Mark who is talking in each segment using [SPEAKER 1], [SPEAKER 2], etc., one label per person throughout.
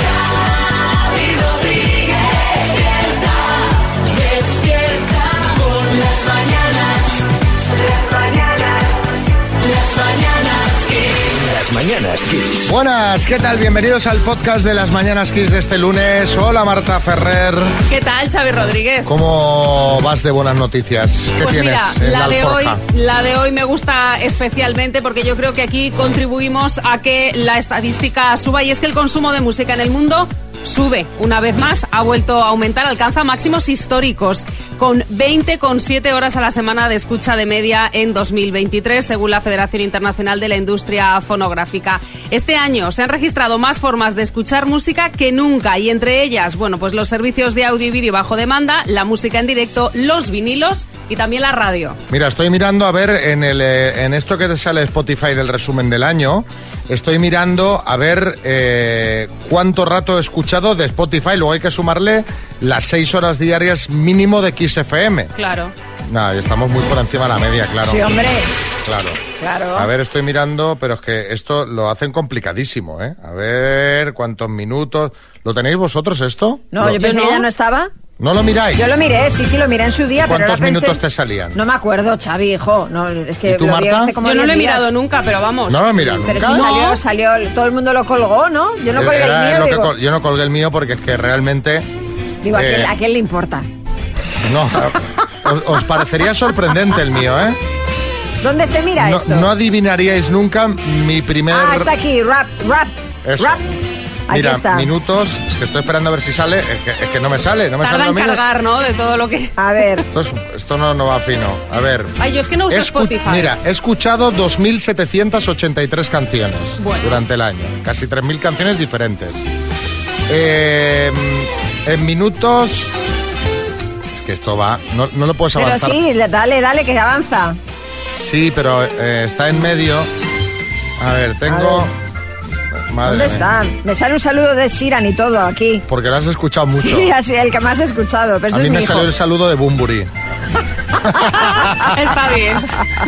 [SPEAKER 1] Xavi Rodríguez, despierta, despierta con las mañanas, las mañanas, las mañanas que
[SPEAKER 2] Las mañanas Kiss.
[SPEAKER 3] Buenas, ¿qué tal? Bienvenidos al podcast de las Mañanas Kiss de este lunes. Hola Marta Ferrer,
[SPEAKER 4] ¿Qué tal, Xavi Rodríguez?
[SPEAKER 3] ¿cómo vas de buenas noticias? ¿Qué
[SPEAKER 4] Pues
[SPEAKER 3] tienes
[SPEAKER 4] mira,
[SPEAKER 3] en
[SPEAKER 4] la,
[SPEAKER 3] la
[SPEAKER 4] de hoy,
[SPEAKER 3] alforja?
[SPEAKER 4] la de hoy me gusta especialmente porque yo creo que aquí contribuimos a que la estadística suba y es que el consumo de música en el mundo sube. Una vez más ha vuelto a aumentar, alcanza máximos históricos con 20,7 horas a la semana de escucha de media en 2023 según la Federación Internacional de la Industria Fonográfica. Este año se han registrado más formas de escuchar música que nunca y entre ellas, bueno, pues los servicios de audio y vídeo bajo demanda, la música en directo, los vinilos y también la radio.
[SPEAKER 3] Mira, estoy mirando a ver en, el, eh, en esto que te sale Spotify del resumen del año. Estoy mirando a ver eh, cuánto rato he escuchado de Spotify. Luego hay que sumarle las seis horas diarias mínimo de XFM.
[SPEAKER 4] Claro.
[SPEAKER 3] Nada, estamos muy por encima de la media, claro.
[SPEAKER 5] Sí, hombre.
[SPEAKER 3] Claro.
[SPEAKER 5] Claro.
[SPEAKER 3] A ver, estoy mirando, pero es que esto lo hacen complicadísimo, ¿eh? A ver, cuántos minutos. ¿Lo tenéis vosotros esto?
[SPEAKER 5] No,
[SPEAKER 3] Lo-
[SPEAKER 5] yo pensé que ya no estaba.
[SPEAKER 3] ¿No lo miráis?
[SPEAKER 5] Yo lo miré, sí, sí, lo miré en su día, pero ahora
[SPEAKER 3] ¿Cuántos
[SPEAKER 5] pensé...
[SPEAKER 3] minutos te salían?
[SPEAKER 5] No me acuerdo, Xavi, hijo. No, es que
[SPEAKER 3] ¿Y tú,
[SPEAKER 5] lo vi
[SPEAKER 3] Marta?
[SPEAKER 5] hace como
[SPEAKER 4] Yo no
[SPEAKER 5] 10
[SPEAKER 4] lo he
[SPEAKER 5] días.
[SPEAKER 4] mirado nunca, pero vamos.
[SPEAKER 3] No lo miras
[SPEAKER 5] Pero
[SPEAKER 3] nunca.
[SPEAKER 5] sí
[SPEAKER 4] No.
[SPEAKER 5] salió, salió, todo el mundo lo colgó, ¿no? Yo no colgué
[SPEAKER 3] Eh, Era
[SPEAKER 5] el mío,
[SPEAKER 3] lo que
[SPEAKER 5] digo,
[SPEAKER 3] col- yo no colgué el mío porque es que realmente...
[SPEAKER 5] digo, ¿a,
[SPEAKER 3] eh,
[SPEAKER 5] quién, a quién le importa?
[SPEAKER 3] No, os, os parecería sorprendente el mío, ¿eh?
[SPEAKER 5] ¿Dónde se mira
[SPEAKER 3] No,
[SPEAKER 5] esto?
[SPEAKER 3] no adivinaríais nunca mi primer...
[SPEAKER 5] ah, está aquí, rap, rap,
[SPEAKER 3] Eso.
[SPEAKER 5] rap. Aquí
[SPEAKER 3] Mira,
[SPEAKER 5] está.
[SPEAKER 3] minutos, es que estoy esperando a ver si sale, es que, es que no me sale, no me
[SPEAKER 4] Tarda
[SPEAKER 3] sale lo
[SPEAKER 4] en
[SPEAKER 3] mío.
[SPEAKER 4] cargar, ¿no? De todo lo que.
[SPEAKER 5] A ver,
[SPEAKER 3] Entonces, esto no, no va fino. A ver.
[SPEAKER 4] Ay, yo es que no uso
[SPEAKER 3] He escu-
[SPEAKER 4] Spotify.
[SPEAKER 3] Mira, he escuchado 2.783 canciones
[SPEAKER 4] Bueno.
[SPEAKER 3] durante el año. Casi 3.000 canciones diferentes. Eh, en minutos... Es que esto va... No, no lo puedes
[SPEAKER 5] pero
[SPEAKER 3] avanzar.
[SPEAKER 5] sí, dale, dale, que avanza.
[SPEAKER 3] Sí, pero eh, está en medio. A ver, tengo... Madre
[SPEAKER 5] ¿Dónde
[SPEAKER 3] mía.
[SPEAKER 5] está? Me sale un saludo de Shiran y todo aquí.
[SPEAKER 3] Porque lo has escuchado mucho.
[SPEAKER 5] Sí, así, el que más he escuchado, pero
[SPEAKER 3] A
[SPEAKER 5] eso
[SPEAKER 3] mí
[SPEAKER 5] es mi
[SPEAKER 3] me
[SPEAKER 5] hijo.
[SPEAKER 3] salió el saludo de Bumburi.
[SPEAKER 4] Está bien.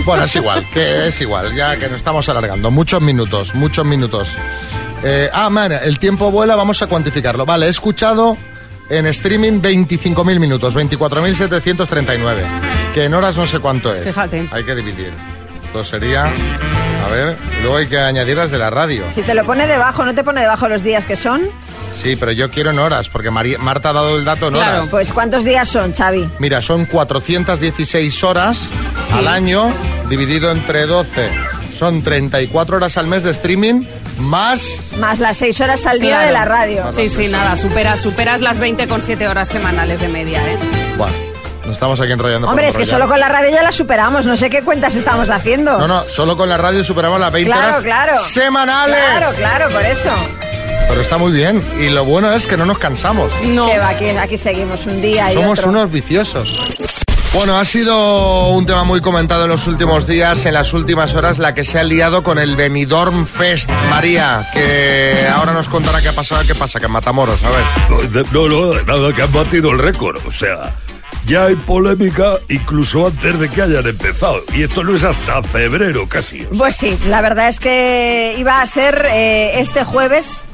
[SPEAKER 3] Bueno, es igual, que es igual, ya que nos estamos alargando. Muchos minutos, muchos minutos. Eh, ah, man, el tiempo vuela, vamos a cuantificarlo. Vale, he escuchado en streaming 25.000 minutos, 24.739, que en horas no sé cuánto es.
[SPEAKER 4] Fíjate.
[SPEAKER 3] Hay que dividir. Entonces sería, a ver, y luego hay que añadir las de la radio.
[SPEAKER 5] Si te lo pone debajo, ¿no te pone debajo los días que son?
[SPEAKER 3] Sí, pero yo quiero en horas, porque Mari- Marta ha dado el dato en
[SPEAKER 4] Claro,
[SPEAKER 3] horas.
[SPEAKER 5] Pues ¿cuántos días son, Xavi?
[SPEAKER 3] Mira, son 416 horas al año, dividido entre 12. Son 34 horas al mes de streaming, más...
[SPEAKER 5] Más las seis horas al día
[SPEAKER 4] Claro.
[SPEAKER 5] de la radio.
[SPEAKER 4] Sí, sí, nada, superas, superas las 20,7 horas semanales de media, ¿eh?
[SPEAKER 3] Bueno, nos estamos aquí enrollando. por
[SPEAKER 5] Hombre, es que
[SPEAKER 3] enrollar.
[SPEAKER 5] solo con la radio ya la superamos. No sé qué cuentas estamos haciendo.
[SPEAKER 3] No, no, solo con la radio superamos las 20
[SPEAKER 5] claro,
[SPEAKER 3] horas
[SPEAKER 5] claro.
[SPEAKER 3] semanales.
[SPEAKER 5] Claro, claro, por eso.
[SPEAKER 3] Pero está muy bien. Y lo bueno es que no nos cansamos.
[SPEAKER 4] No.
[SPEAKER 5] Que va, aquí, aquí seguimos un día y
[SPEAKER 3] Somos
[SPEAKER 5] otro.
[SPEAKER 3] unos viciosos. Bueno, ha sido un tema muy comentado en los últimos días, en las últimas horas, la que se ha liado con el Benidorm Fest. María, que ahora nos contará qué ha pasado, qué pasa, que en Matamoros, a ver.
[SPEAKER 6] No, no, de nada, que han batido el récord. O sea, ya hay polémica incluso antes de que hayan empezado. Y esto no es hasta febrero casi.
[SPEAKER 5] Pues sí, la verdad es que iba a ser eh, este jueves,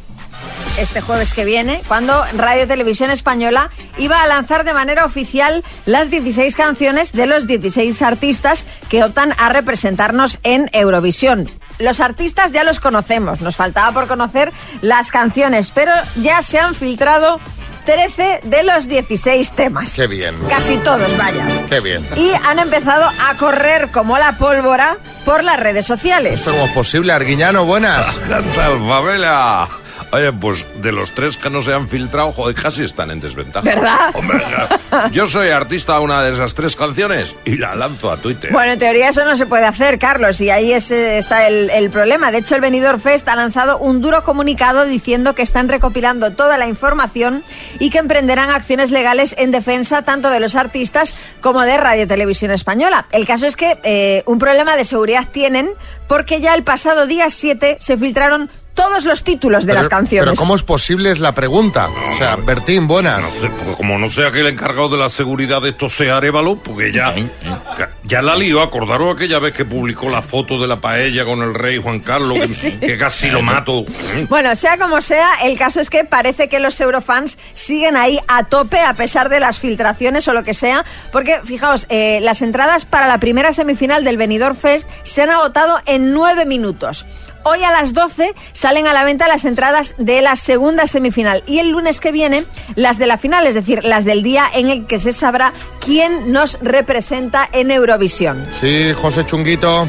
[SPEAKER 5] este jueves que viene, cuando Radio Televisión Española iba a lanzar de manera oficial las 16 canciones de los 16 artistas que optan a representarnos en Eurovisión. Los artistas ya los conocemos, nos faltaba por conocer las canciones, pero ya se han filtrado 13 de los 16 temas.
[SPEAKER 3] Qué bien.
[SPEAKER 5] Casi todos, vaya
[SPEAKER 3] Qué bien.
[SPEAKER 5] y han empezado a correr como la pólvora por las redes sociales.
[SPEAKER 3] ¿Esto cómo es posible? Arguiñano, buenas.
[SPEAKER 6] ¡Cantal, favela! Oye, pues de los tres que no se han filtrado, joder, casi están en desventaja.
[SPEAKER 5] ¿Verdad?
[SPEAKER 6] Hombre, ya. yo soy artista de una de esas tres canciones y la lanzo a Twitter.
[SPEAKER 5] Bueno, en teoría eso no se puede hacer, Carlos, y ahí es, eh, está el, el problema. De hecho, el Benidorm Fest ha lanzado un duro comunicado diciendo que están recopilando toda la información y que emprenderán acciones legales en defensa tanto de los artistas como de Radio Televisión Española. El caso es que eh, un problema de seguridad tienen porque ya el pasado día 7 se filtraron todos los títulos de
[SPEAKER 3] Pero-
[SPEAKER 5] las canciones.
[SPEAKER 3] Pero ¿cómo es posible? Es la pregunta. O sea, Bertín, buenas.
[SPEAKER 6] No sé, porque como no sea que el encargado de la seguridad de esto sea Arevalo, porque ya,
[SPEAKER 7] Eh,
[SPEAKER 6] ca- ya la lío. Acordaros aquella vez que publicó la foto de la paella con el rey Juan Carlos, que,
[SPEAKER 5] Sí, sí.
[SPEAKER 6] que casi lo mato.
[SPEAKER 5] Bueno, sea como sea, el caso es que parece que los eurofans siguen ahí a tope a pesar de las filtraciones o lo que sea, porque fijaos, eh, las entradas para la primera semifinal del Benidorm Fest se han agotado en nueve minutos. Hoy a las 12 salen a la venta las entradas de la segunda semifinal y el lunes que viene las de la final, es decir, las del día en el que se sabrá quién nos representa en Eurovisión.
[SPEAKER 3] Sí, José Chunguito.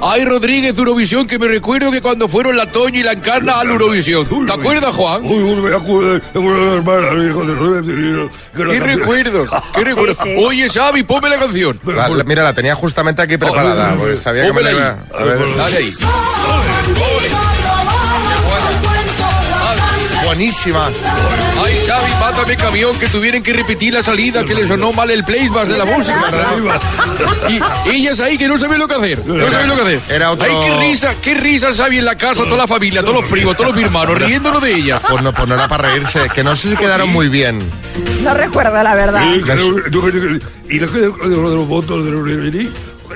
[SPEAKER 2] Ay, Rodríguez, Eurovisión, que me recuerdo que cuando fueron la Toña y la Encarna al Eurovisión. ¿Te acuerdas, Juan?
[SPEAKER 6] Uy, uy, me acuerdo de una hermana, hijo de que la
[SPEAKER 2] ¿Qué
[SPEAKER 6] cambió.
[SPEAKER 2] recuerdos? ¿Qué recuerdos?
[SPEAKER 5] sí.
[SPEAKER 2] Oye, Xavi, ponme la canción.
[SPEAKER 3] La- la- mira, la tenía justamente aquí preparada. porque sabía que me la iba.
[SPEAKER 2] Pónmela
[SPEAKER 3] A ver.
[SPEAKER 2] Dale ahí.
[SPEAKER 3] Buenísima.
[SPEAKER 2] Ay, Xavi, mátame camión, que tuvieron que repetir la salida, que le sonó mal el playback de la música. Y ellas ahí que no saben lo que hacer. No saben lo que hacer.
[SPEAKER 3] Era otro-
[SPEAKER 2] Ay, qué risa, qué risa, Xavi, en la casa, toda la familia, todos los primos, todos los hermanos, riéndonos de ella.
[SPEAKER 3] Pues no, pues no era para reírse, que no sé si quedaron muy bien.
[SPEAKER 5] No recuerdo la verdad.
[SPEAKER 6] Y la gente de los votos de los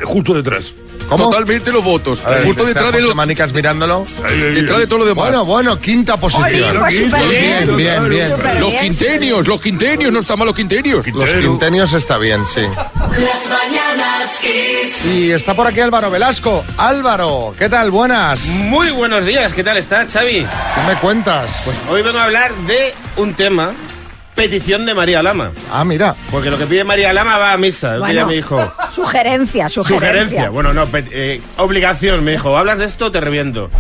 [SPEAKER 6] justo detrás.
[SPEAKER 3] ¿Cómo?
[SPEAKER 2] Totalmente los votos.
[SPEAKER 3] A ver,
[SPEAKER 2] Justo
[SPEAKER 3] está
[SPEAKER 2] detrás de,
[SPEAKER 3] José
[SPEAKER 2] los-
[SPEAKER 3] Manicas mirándolo.
[SPEAKER 6] Ahí, ahí,
[SPEAKER 2] detrás de
[SPEAKER 6] ahí.
[SPEAKER 2] todos los demás.
[SPEAKER 3] Bueno, bueno, quinta
[SPEAKER 5] Oli,
[SPEAKER 3] posición.
[SPEAKER 5] pues súper bien.
[SPEAKER 3] Bien, bien, bien.
[SPEAKER 5] Súper
[SPEAKER 2] Los
[SPEAKER 5] bien.
[SPEAKER 2] quintenios, los quintenios, no están mal los quintenios.
[SPEAKER 3] Los quintenios está bien, sí.
[SPEAKER 1] Las mañanas kiss.
[SPEAKER 3] Y está por aquí Álvaro Velasco. Álvaro, ¿qué tal? Buenas.
[SPEAKER 8] Muy buenos días, ¿qué tal está Xavi? Pues
[SPEAKER 3] ¿Qué me cuentas?
[SPEAKER 8] Hoy vengo a hablar de un tema, petición de María Lama.
[SPEAKER 3] ah, mira.
[SPEAKER 8] Porque lo que pide María Lama va a misa, lo que ella
[SPEAKER 5] Bueno,
[SPEAKER 8] me dijo.
[SPEAKER 5] Sugerencia, sugerencia.
[SPEAKER 8] Sugerencia, bueno, no, pet- eh, obligación, me dijo, hablas de esto, te reviento.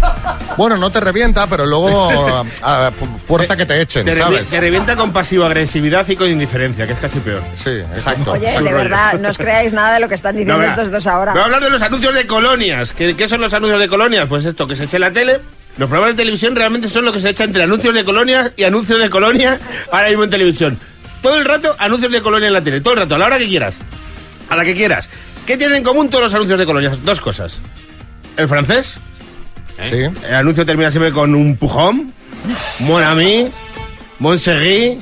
[SPEAKER 3] Bueno, no te revienta, pero luego a- a fuerza que te echen,
[SPEAKER 8] Te, revi-
[SPEAKER 3] ¿sabes?
[SPEAKER 8] te revienta con pasivo-agresividad y con indiferencia, que es casi peor.
[SPEAKER 3] Sí, exacto.
[SPEAKER 5] Oye,
[SPEAKER 3] exacto.
[SPEAKER 5] de verdad, no os creáis nada de lo que están diciendo
[SPEAKER 8] verá.
[SPEAKER 5] estos dos ahora.
[SPEAKER 8] Voy a hablar de los anuncios de colonias. ¿Qué, qué son los anuncios de colonias? Pues esto, que se eche en la tele. Los programas de televisión realmente son lo que se echa entre anuncios de colonias y anuncios de colonia ahora mismo en televisión. Todo el rato, anuncios de colonia en la tele. Todo el rato, a la hora que quieras. A la que quieras. ¿Qué tienen en común todos los anuncios de colonias? Dos cosas. El francés. ¿eh?
[SPEAKER 3] Sí.
[SPEAKER 8] El anuncio termina siempre con un pujón. Mon ami. Monserrat,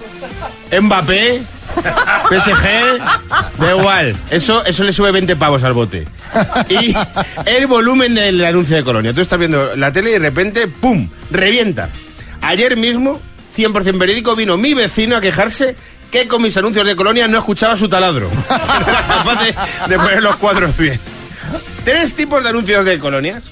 [SPEAKER 8] Mbappé, PSG, da igual. Eso, eso le sube 20 pavos al bote. Y el volumen del anuncio de Colonia. Tú estás viendo la tele y de repente, ¡pum!, revienta. Ayer mismo, 100% periódico, vino mi vecino a quejarse que con mis anuncios de Colonia no escuchaba su taladro. No era capaz de, de poner los cuadros bien. Tres tipos de anuncios de colonias.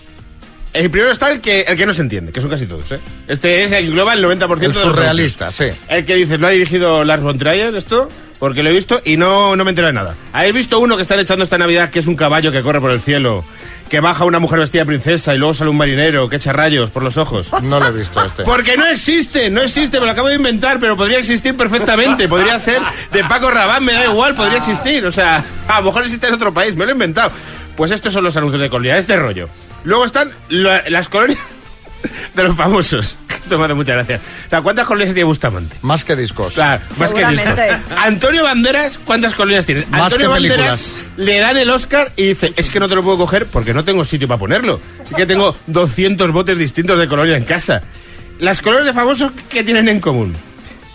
[SPEAKER 8] El primero está el que, el que no se entiende, que son casi todos. ¿eh? Este es el que engloba el 90%
[SPEAKER 3] El
[SPEAKER 8] de los anuncios.
[SPEAKER 3] surrealista, sí.
[SPEAKER 8] El que dice, lo ha dirigido Lars von Trier esto, porque lo he visto y no, no me entero de nada. ¿Habéis visto uno que están echando esta Navidad que es un caballo que corre por el cielo, que baja una mujer vestida de princesa y luego sale un marinero que echa rayos por los ojos?
[SPEAKER 3] No lo he visto este.
[SPEAKER 8] Porque no existe, no existe, me lo acabo de inventar, pero podría existir perfectamente. Podría ser de Paco Rabán, me da igual, podría existir. O sea, a lo mejor existe en otro país, me lo he inventado. Pues estos son los anuncios de colonia, este rollo. Luego están la- las colonias de los famosos. Esto me hace mucha gracia. O sea, ¿cuántas colonias tiene Bustamante?
[SPEAKER 3] Más que discos.
[SPEAKER 8] Claro, más que
[SPEAKER 5] Seguramente.
[SPEAKER 8] listo. Antonio Banderas, ¿cuántas colonias tienes?
[SPEAKER 3] Más
[SPEAKER 8] Antonio
[SPEAKER 3] que
[SPEAKER 8] Banderas le dan el Oscar y dice, es que no te lo puedo coger porque no tengo sitio para ponerlo. Así que tengo 200 botes distintos de colonia en casa. Las colonias de famosos, ¿qué tienen en común?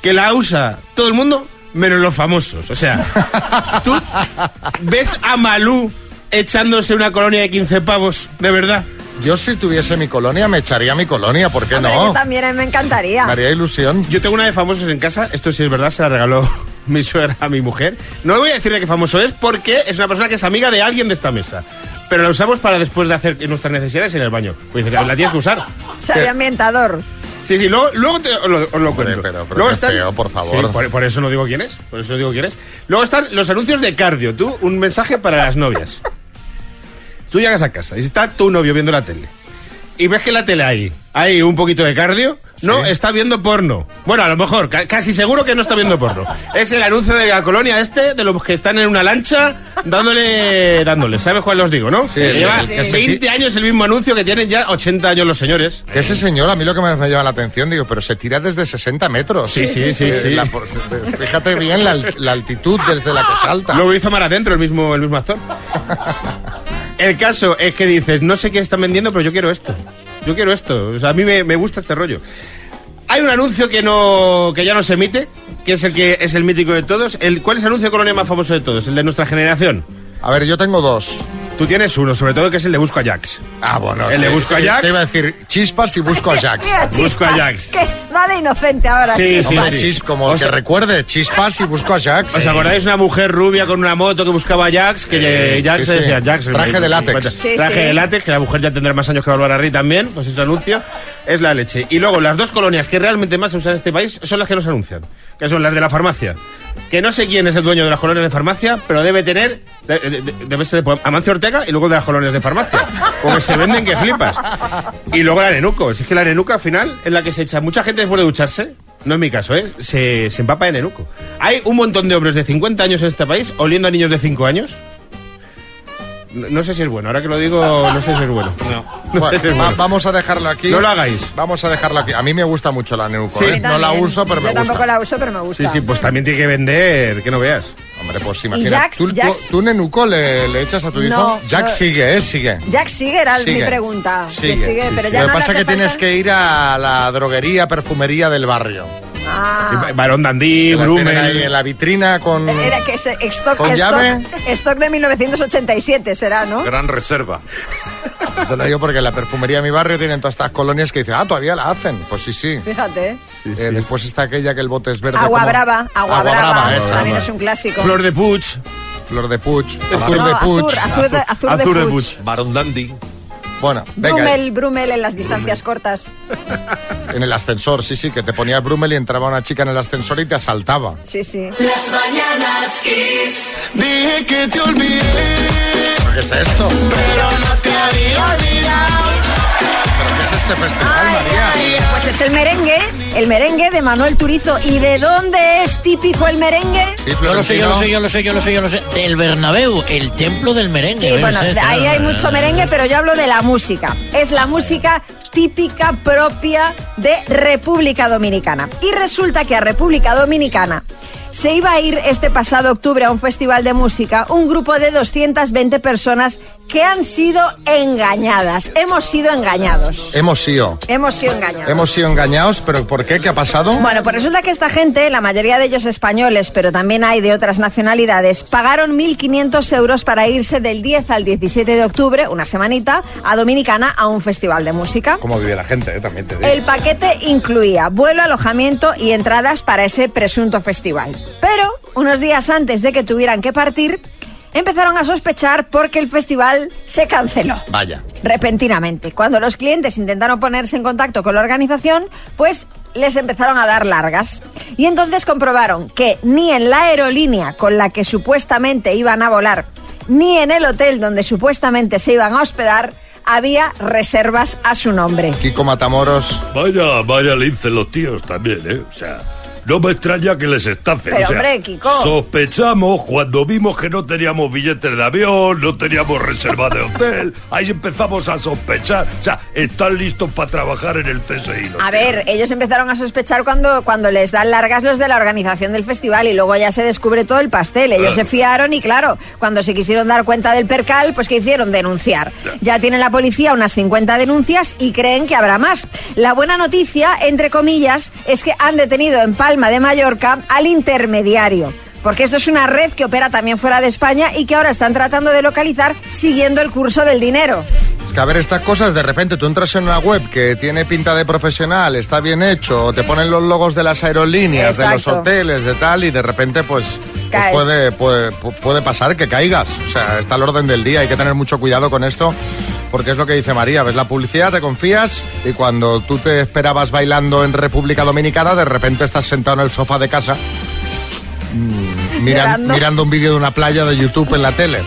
[SPEAKER 8] Que la usa todo el mundo menos los famosos. O sea, tú ves a Malú echándose una colonia de 15 pavos, de verdad.
[SPEAKER 3] Yo si tuviese mi colonia, me echaría mi colonia, ¿por qué
[SPEAKER 5] Hombre, yo
[SPEAKER 3] no?
[SPEAKER 5] también eh, me encantaría.
[SPEAKER 3] Me haría ilusión.
[SPEAKER 8] Yo tengo una de famosos en casa, esto sí es verdad, se la regaló mi suegra a mi mujer. No voy a decir de qué famoso es porque es una persona que es amiga de alguien de esta mesa. Pero la usamos para después de hacer nuestras necesidades en el baño. Pues dice, la tienes que usar.
[SPEAKER 5] Soy ambientador.
[SPEAKER 8] Sí, sí, luego, luego te- os lo, os lo cuento.
[SPEAKER 3] pero- pero
[SPEAKER 8] luego
[SPEAKER 3] qué feo, por favor.
[SPEAKER 8] Sí, por, por eso no digo quién es, por eso digo quién es. Luego están los anuncios de cardio. Tú, un mensaje para las novias. Tú llegas a casa y está tu novio viendo la tele. Y ves que en la tele hay, hay un poquito de cardio. No, está viendo porno. Bueno, a lo mejor, ca- casi seguro que no está viendo porno. Es el anuncio de la colonia este, de los que están en una lancha dándole, dándole. ¿Sabes cuál os digo, no?
[SPEAKER 3] Sí,
[SPEAKER 8] Que
[SPEAKER 3] sí,
[SPEAKER 8] lleva
[SPEAKER 3] el que se
[SPEAKER 8] 20
[SPEAKER 3] ti-
[SPEAKER 8] años el mismo anuncio que tienen ya 80 años los señores.
[SPEAKER 3] Que ese señor, a mí lo que más me llama la atención, digo, pero se tira desde 60 metros.
[SPEAKER 8] Sí, sí, sí,
[SPEAKER 3] Eh,
[SPEAKER 8] sí.
[SPEAKER 3] la por- fíjate bien la, al- la altitud desde la que salta.
[SPEAKER 8] Luego hizo Mar Adentro, el mismo, el mismo actor. el caso es que dices, no sé qué están vendiendo, pero yo quiero esto. Yo quiero esto. O sea, a mí me, me gusta este rollo. Hay un anuncio que no que ya no se emite, que es el que es el mítico de todos. El, ¿Cuál es el anuncio colonia más famoso de todos? El de nuestra generación.
[SPEAKER 3] A ver, yo tengo dos.
[SPEAKER 8] Tú tienes uno, sobre todo que es el de Busco a Jax.
[SPEAKER 3] Ah, bueno.
[SPEAKER 8] ¿El
[SPEAKER 3] sí.
[SPEAKER 8] de busco a
[SPEAKER 3] Te-
[SPEAKER 8] Jax?
[SPEAKER 3] Te iba a decir chispas y busco a Jax.
[SPEAKER 5] Mira,
[SPEAKER 8] Busco
[SPEAKER 5] chispas,
[SPEAKER 8] a Jax.
[SPEAKER 5] Que nada inocente ahora,
[SPEAKER 8] Sí,
[SPEAKER 5] chispas.
[SPEAKER 8] sí,
[SPEAKER 3] Hombre,
[SPEAKER 8] sí.
[SPEAKER 3] chis- como
[SPEAKER 8] O
[SPEAKER 3] el
[SPEAKER 8] sea-
[SPEAKER 3] que recuerde, chispas y busco a Jax.
[SPEAKER 8] ¿Os acordáis una mujer rubia con una moto que buscaba a Jax? Que
[SPEAKER 3] Sí,
[SPEAKER 8] Jax
[SPEAKER 3] Eh, sí,
[SPEAKER 8] se decía
[SPEAKER 3] sí.
[SPEAKER 8] Jax. el
[SPEAKER 3] Traje
[SPEAKER 8] marido,
[SPEAKER 3] de látex.
[SPEAKER 8] 50.
[SPEAKER 5] Sí,
[SPEAKER 8] Traje
[SPEAKER 5] sí.
[SPEAKER 8] de látex, que la mujer ya tendrá más años que Bárbara Rey también, pues ese anuncio. Es la leche. Y luego, las dos colonias que realmente más se usan en este país son las que nos anuncian, que son las de la farmacia. Que no sé quién es el dueño de las colonias de farmacia, pero debe tener. de- de- de- debe ser de Amancio Ortega y luego de las colonias de farmacia. Porque se venden que flipas. Y luego la nenuco. Si es que la nenuco al final es la que se echa. Mucha gente después de ducharse, no es mi caso, ¿eh? se, se empapa de nenuco. Hay un montón de hombres de 50 años en este país oliendo a niños de 5 años. No, no sé si es bueno, ahora que lo digo, no sé si es bueno. No,
[SPEAKER 3] Bueno,
[SPEAKER 8] sé si es
[SPEAKER 3] va-
[SPEAKER 8] bueno.
[SPEAKER 3] vamos a dejarlo aquí.
[SPEAKER 8] No lo hagáis.
[SPEAKER 3] Vamos a dejarlo aquí. A mí me gusta mucho la Neuco.
[SPEAKER 8] Sí.
[SPEAKER 3] ¿eh?
[SPEAKER 5] Yo
[SPEAKER 3] No la
[SPEAKER 5] también.
[SPEAKER 3] uso, pero me
[SPEAKER 5] Yo
[SPEAKER 3] gusta.
[SPEAKER 5] tampoco la uso, pero me gusta.
[SPEAKER 8] Sí, sí, pues también tiene que vender, que no veas.
[SPEAKER 3] Hombre, pues imagina.
[SPEAKER 5] Jax,
[SPEAKER 3] ¿Tú, tú-
[SPEAKER 5] Jax?
[SPEAKER 3] tú Nenuco le, le echas a tu hijo?
[SPEAKER 5] No,
[SPEAKER 3] Jax
[SPEAKER 5] no.
[SPEAKER 3] sigue, ¿eh? Sigue.
[SPEAKER 5] Jack sigue, era
[SPEAKER 3] Sigue.
[SPEAKER 5] mi pregunta. Sí,
[SPEAKER 3] Sigue,
[SPEAKER 5] Sigue,
[SPEAKER 3] sí,
[SPEAKER 5] pero
[SPEAKER 3] sí.
[SPEAKER 5] ya
[SPEAKER 3] Lo que
[SPEAKER 5] no le
[SPEAKER 3] pasa es que
[SPEAKER 5] hace
[SPEAKER 3] tienes
[SPEAKER 5] falta.
[SPEAKER 3] que ir a la droguería, perfumería del barrio.
[SPEAKER 5] Ah,
[SPEAKER 8] Barón Dandí,
[SPEAKER 3] Que las tienen ahí en
[SPEAKER 8] Blumen.
[SPEAKER 3] la vitrina con...
[SPEAKER 5] era que se, stock,
[SPEAKER 3] ¿Con
[SPEAKER 5] stock,
[SPEAKER 3] llave?
[SPEAKER 5] stock de 1987 será, ¿no?
[SPEAKER 6] Gran reserva.
[SPEAKER 3] Te lo digo porque en la perfumería de mi barrio tienen todas estas colonias que dicen, ah, todavía la hacen. Pues sí, sí.
[SPEAKER 5] Fíjate. ¿eh?
[SPEAKER 3] Eh, Después está aquella que el bote es verde.
[SPEAKER 5] Agua
[SPEAKER 3] como-
[SPEAKER 5] brava, agua, brava,
[SPEAKER 3] esa.
[SPEAKER 5] también es un clásico.
[SPEAKER 8] Flor de Puig.
[SPEAKER 3] Flor de Puig, azul
[SPEAKER 5] No,
[SPEAKER 3] de Puig.
[SPEAKER 5] azur, azur, de- azur de
[SPEAKER 8] Azur de
[SPEAKER 5] Puig.
[SPEAKER 8] Puig.
[SPEAKER 6] Barón Dandy.
[SPEAKER 3] Bueno, venga, eh,
[SPEAKER 5] Brumel, Brumel en las distancias cortas.
[SPEAKER 3] en el ascensor, sí, sí, que te ponías Brummel y entraba una chica en el ascensor y te asaltaba.
[SPEAKER 5] Sí, sí.
[SPEAKER 1] Las mañanas Kiss.
[SPEAKER 9] Dije que te olvidé,
[SPEAKER 3] ¿Pero ¿Qué es esto?
[SPEAKER 9] pero no te había olvidado.
[SPEAKER 3] ¿Pero qué es este festival, María?
[SPEAKER 5] Pues es el merengue, el merengue de Manuel Turizo. ¿Y de dónde es típico el merengue?
[SPEAKER 3] Sí,
[SPEAKER 10] Yo lo sé, yo lo sé,
[SPEAKER 3] Florentino.
[SPEAKER 10] yo lo sé, yo lo sé, yo lo sé. Del Bernabéu, el templo del merengue.
[SPEAKER 5] Sí,
[SPEAKER 10] ¿ves?
[SPEAKER 5] bueno,
[SPEAKER 10] Eh,
[SPEAKER 5] ahí
[SPEAKER 10] claro.
[SPEAKER 5] hay mucho merengue, pero yo hablo de la música. Es la música típica propia de República Dominicana. Y resulta que a República Dominicana se iba a ir este pasado octubre a un festival de música un grupo de 220 personas que han sido engañadas. Hemos sido engañados.
[SPEAKER 3] Hemos sido.
[SPEAKER 5] Hemos sido engañados.
[SPEAKER 3] Hemos sido engañados, pero ¿por qué? ¿Qué ha pasado?
[SPEAKER 5] Bueno, pues resulta que esta gente, la mayoría de ellos españoles, pero también hay de otras nacionalidades, pagaron 1.500 euros para irse del 10 al 17 de octubre, una semanita, a Dominicana a un festival de música.
[SPEAKER 3] ¿Cómo vive la gente? eh? También te digo.
[SPEAKER 5] El paquete incluía vuelo, alojamiento y entradas para ese presunto festival. Pero unos días antes de que tuvieran que partir, empezaron a sospechar porque el festival se canceló
[SPEAKER 3] Vaya.
[SPEAKER 5] repentinamente. Cuando los clientes intentaron ponerse en contacto con la organización, pues les empezaron a dar largas. Y entonces comprobaron que ni en la aerolínea con la que supuestamente iban a volar, ni en el hotel donde supuestamente se iban a hospedar, había reservas a su nombre.
[SPEAKER 3] Kiko Matamoros.
[SPEAKER 11] Vaya, vaya lince los tíos también, ¿eh? O sea, no me extraña que les estafen.
[SPEAKER 5] Pero,
[SPEAKER 11] o sea,
[SPEAKER 5] hombre, Kiko.
[SPEAKER 11] Sospechamos cuando vimos que no teníamos billetes de avión, no teníamos reserva de hotel. Ahí empezamos a sospechar. O sea, están listos para trabajar en el CSI. los
[SPEAKER 5] A ver, ellos empezaron a sospechar cuando, cuando les dan largas los de la organización del festival y luego ya se descubre todo el pastel. Ellos se fiaron y claro, cuando se quisieron dar cuenta del percal, pues ¿qué hicieron? Denunciar. Ya tiene la policía unas 50 denuncias y creen que habrá más. La buena noticia, entre comillas, es que han detenido en Palma de Mallorca al intermediario. Porque esto es una red que opera también fuera de España y que ahora están tratando de localizar siguiendo el curso del dinero.
[SPEAKER 3] Es que a ver estas cosas, de repente tú entras en una web que tiene pinta de profesional, está bien hecho, te ponen los logos de las aerolíneas, de los
[SPEAKER 5] Exacto.
[SPEAKER 3] hoteles, de tal, y de repente pues, pues
[SPEAKER 5] Caes.
[SPEAKER 3] puede, puede, pu- puede pasar que caigas. O sea, está al orden del día, hay que tener mucho cuidado con esto, porque es lo que dice María, ves la publicidad, te confías, y cuando tú te esperabas bailando en República Dominicana, de repente estás sentado en el sofá de casa mm, miran-
[SPEAKER 5] Llorando.
[SPEAKER 3] mirando un vídeo de una playa de YouTube en la tele.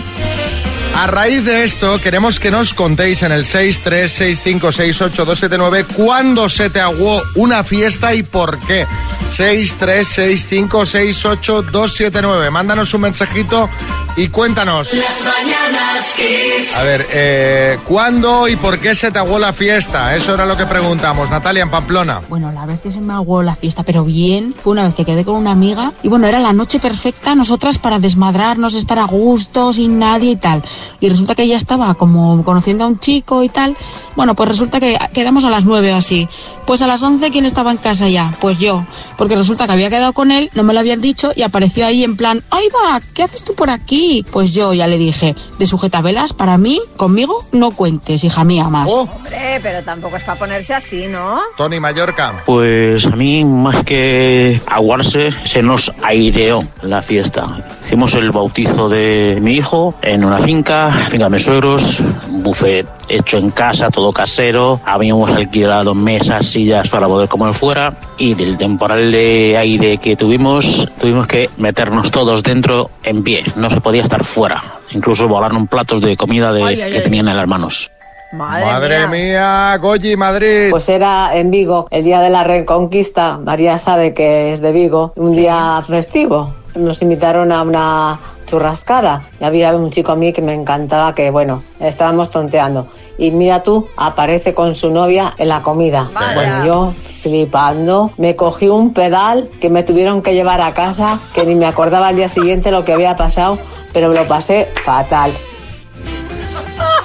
[SPEAKER 3] A raíz de esto, queremos que nos contéis en el 636568279 cuándo se te aguó una fiesta y por qué. 636568279. Mándanos un mensajito y cuéntanos.
[SPEAKER 1] Las mañanas Kiss.
[SPEAKER 3] A ver, eh, ¿cuándo y por qué se te aguó la fiesta? Eso era lo que preguntamos. Natalia, en Pamplona.
[SPEAKER 12] Bueno, la vez que se me aguó la fiesta, pero bien, fue una vez que quedé con una amiga y bueno, era la noche perfecta nosotras para desmadrarnos, estar a gusto, sin nadie y tal. y resulta que ella estaba como conociendo a un chico y tal. Bueno, pues resulta que quedamos a las 9 o así. Pues a las 11, ¿quién estaba en casa ya? Pues yo, porque resulta que había quedado con él, no me lo habían dicho y apareció ahí en plan, ¡ay va! ¿Qué haces tú por aquí? Pues yo ya le dije, de sujetavelas, para mí, conmigo, no cuentes, hija mía, más.
[SPEAKER 5] Oh. Hombre, pero tampoco es para ponerse así, ¿no?
[SPEAKER 3] Tony Mallorca.
[SPEAKER 10] Pues a mí, más que aguarse, se nos aireó la fiesta. Hicimos el bautizo de mi hijo en una finca, finca de mis suegros, un buffet hecho en casa, todo casero. Habíamos alquilado mesas, sillas para poder comer fuera y del temporal de aire que tuvimos, tuvimos que meternos todos dentro en pie. No se podía estar fuera. Incluso volaron platos de comida de,
[SPEAKER 5] Ay, ay,
[SPEAKER 10] que
[SPEAKER 5] ay.
[SPEAKER 10] tenían en las manos.
[SPEAKER 5] Madre,
[SPEAKER 3] mía. Goyi, Madrid.
[SPEAKER 1] Pues era en Vigo, el día de la Reconquista. María sabe que es de Vigo, un día festivo. Nos invitaron a una churrascada y había un chico a mí que me encantaba que, bueno, estábamos tonteando. Y mira tú, aparece con su novia en la comida.
[SPEAKER 13] Vaya.
[SPEAKER 1] Bueno, yo flipando, me cogí un pedal que me tuvieron que llevar a casa, que ni me acordaba al día siguiente lo que había pasado, pero lo pasé fatal.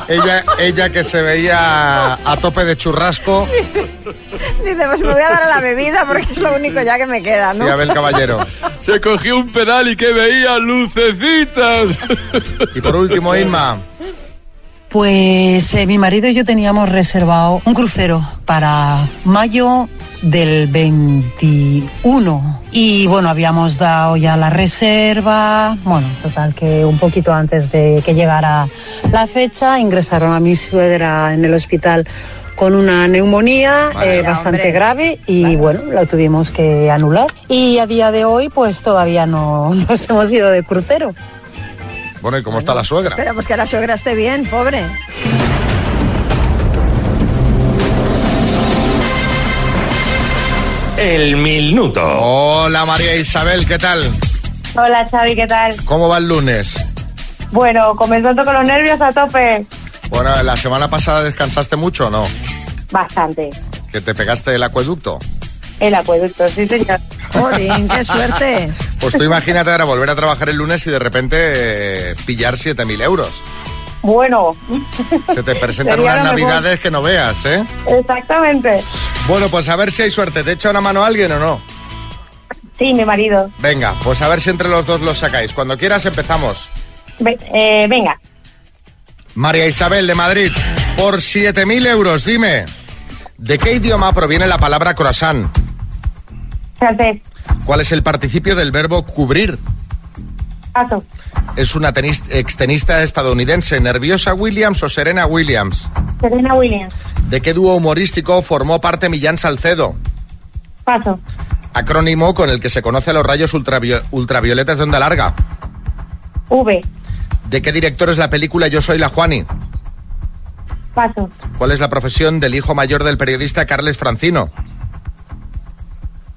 [SPEAKER 3] Ella, ella que se veía a tope de churrasco.
[SPEAKER 5] Dice, pues me voy a dar a la bebida porque es lo único ya que me queda, ¿no?
[SPEAKER 3] Sí, Abel Caballero.
[SPEAKER 14] Se cogió un pedal y que veía lucecitas.
[SPEAKER 3] Y por último, Inma.
[SPEAKER 15] Pues eh, mi marido y yo teníamos reservado un crucero para mayo del 21. Y bueno, habíamos dado ya la reserva. Bueno, total que un poquito antes de que llegara la fecha, ingresaron a mi suegra en el hospital con una neumonía
[SPEAKER 5] Madre
[SPEAKER 15] eh,
[SPEAKER 5] mía,
[SPEAKER 15] bastante
[SPEAKER 5] hombre.
[SPEAKER 15] grave y bueno, la tuvimos que anular. Y a día de hoy pues todavía no nos hemos ido de crucero.
[SPEAKER 3] Bueno, ¿y cómo está la suegra?
[SPEAKER 5] Esperamos pues que la suegra esté bien, pobre.
[SPEAKER 3] El minuto. Hola María Isabel, ¿qué tal?
[SPEAKER 16] Hola Xavi, ¿qué tal?
[SPEAKER 3] ¿Cómo va el lunes?
[SPEAKER 16] Bueno, comenzando con los nervios a tope,
[SPEAKER 3] Bueno, la semana pasada descansaste mucho, o ¿no?
[SPEAKER 16] bastante.
[SPEAKER 3] Que te pegaste el acueducto.
[SPEAKER 16] El acueducto, sí señor.
[SPEAKER 5] Jolín, qué suerte.
[SPEAKER 3] Pues tú imagínate ahora volver a trabajar el lunes y de repente eh, pillar 7.000 euros.
[SPEAKER 16] Bueno,
[SPEAKER 3] Se te presentan
[SPEAKER 16] Sería
[SPEAKER 3] unas
[SPEAKER 16] lo mejor.
[SPEAKER 3] navidades que no veas, ¿eh?
[SPEAKER 16] exactamente.
[SPEAKER 3] Bueno, pues a ver si hay suerte. ¿Te echa una mano alguien o no?
[SPEAKER 16] Sí, mi marido.
[SPEAKER 3] Venga, pues a ver si entre los dos los sacáis. Cuando quieras empezamos.
[SPEAKER 16] Ve- eh, venga,
[SPEAKER 3] María Isabel de Madrid, por 7.000 euros, dime, ¿de qué idioma proviene la palabra croissant?
[SPEAKER 16] francés,
[SPEAKER 3] ¿Cuál es el participio del verbo cubrir?
[SPEAKER 16] paso.
[SPEAKER 3] ¿Es una tenis- extenista estadounidense, Nerviosa Williams o Serena Williams?
[SPEAKER 16] Serena Williams,
[SPEAKER 3] ¿De qué dúo humorístico formó parte Millán Salcedo?
[SPEAKER 16] paso.
[SPEAKER 3] Acrónimo con el que se conoce a los rayos ultravio- ultravioletas de onda larga.
[SPEAKER 16] V,
[SPEAKER 3] ¿De qué director es la película Yo soy la Juani?
[SPEAKER 16] paso.
[SPEAKER 3] ¿Cuál es la profesión del hijo mayor del periodista Carles Francino?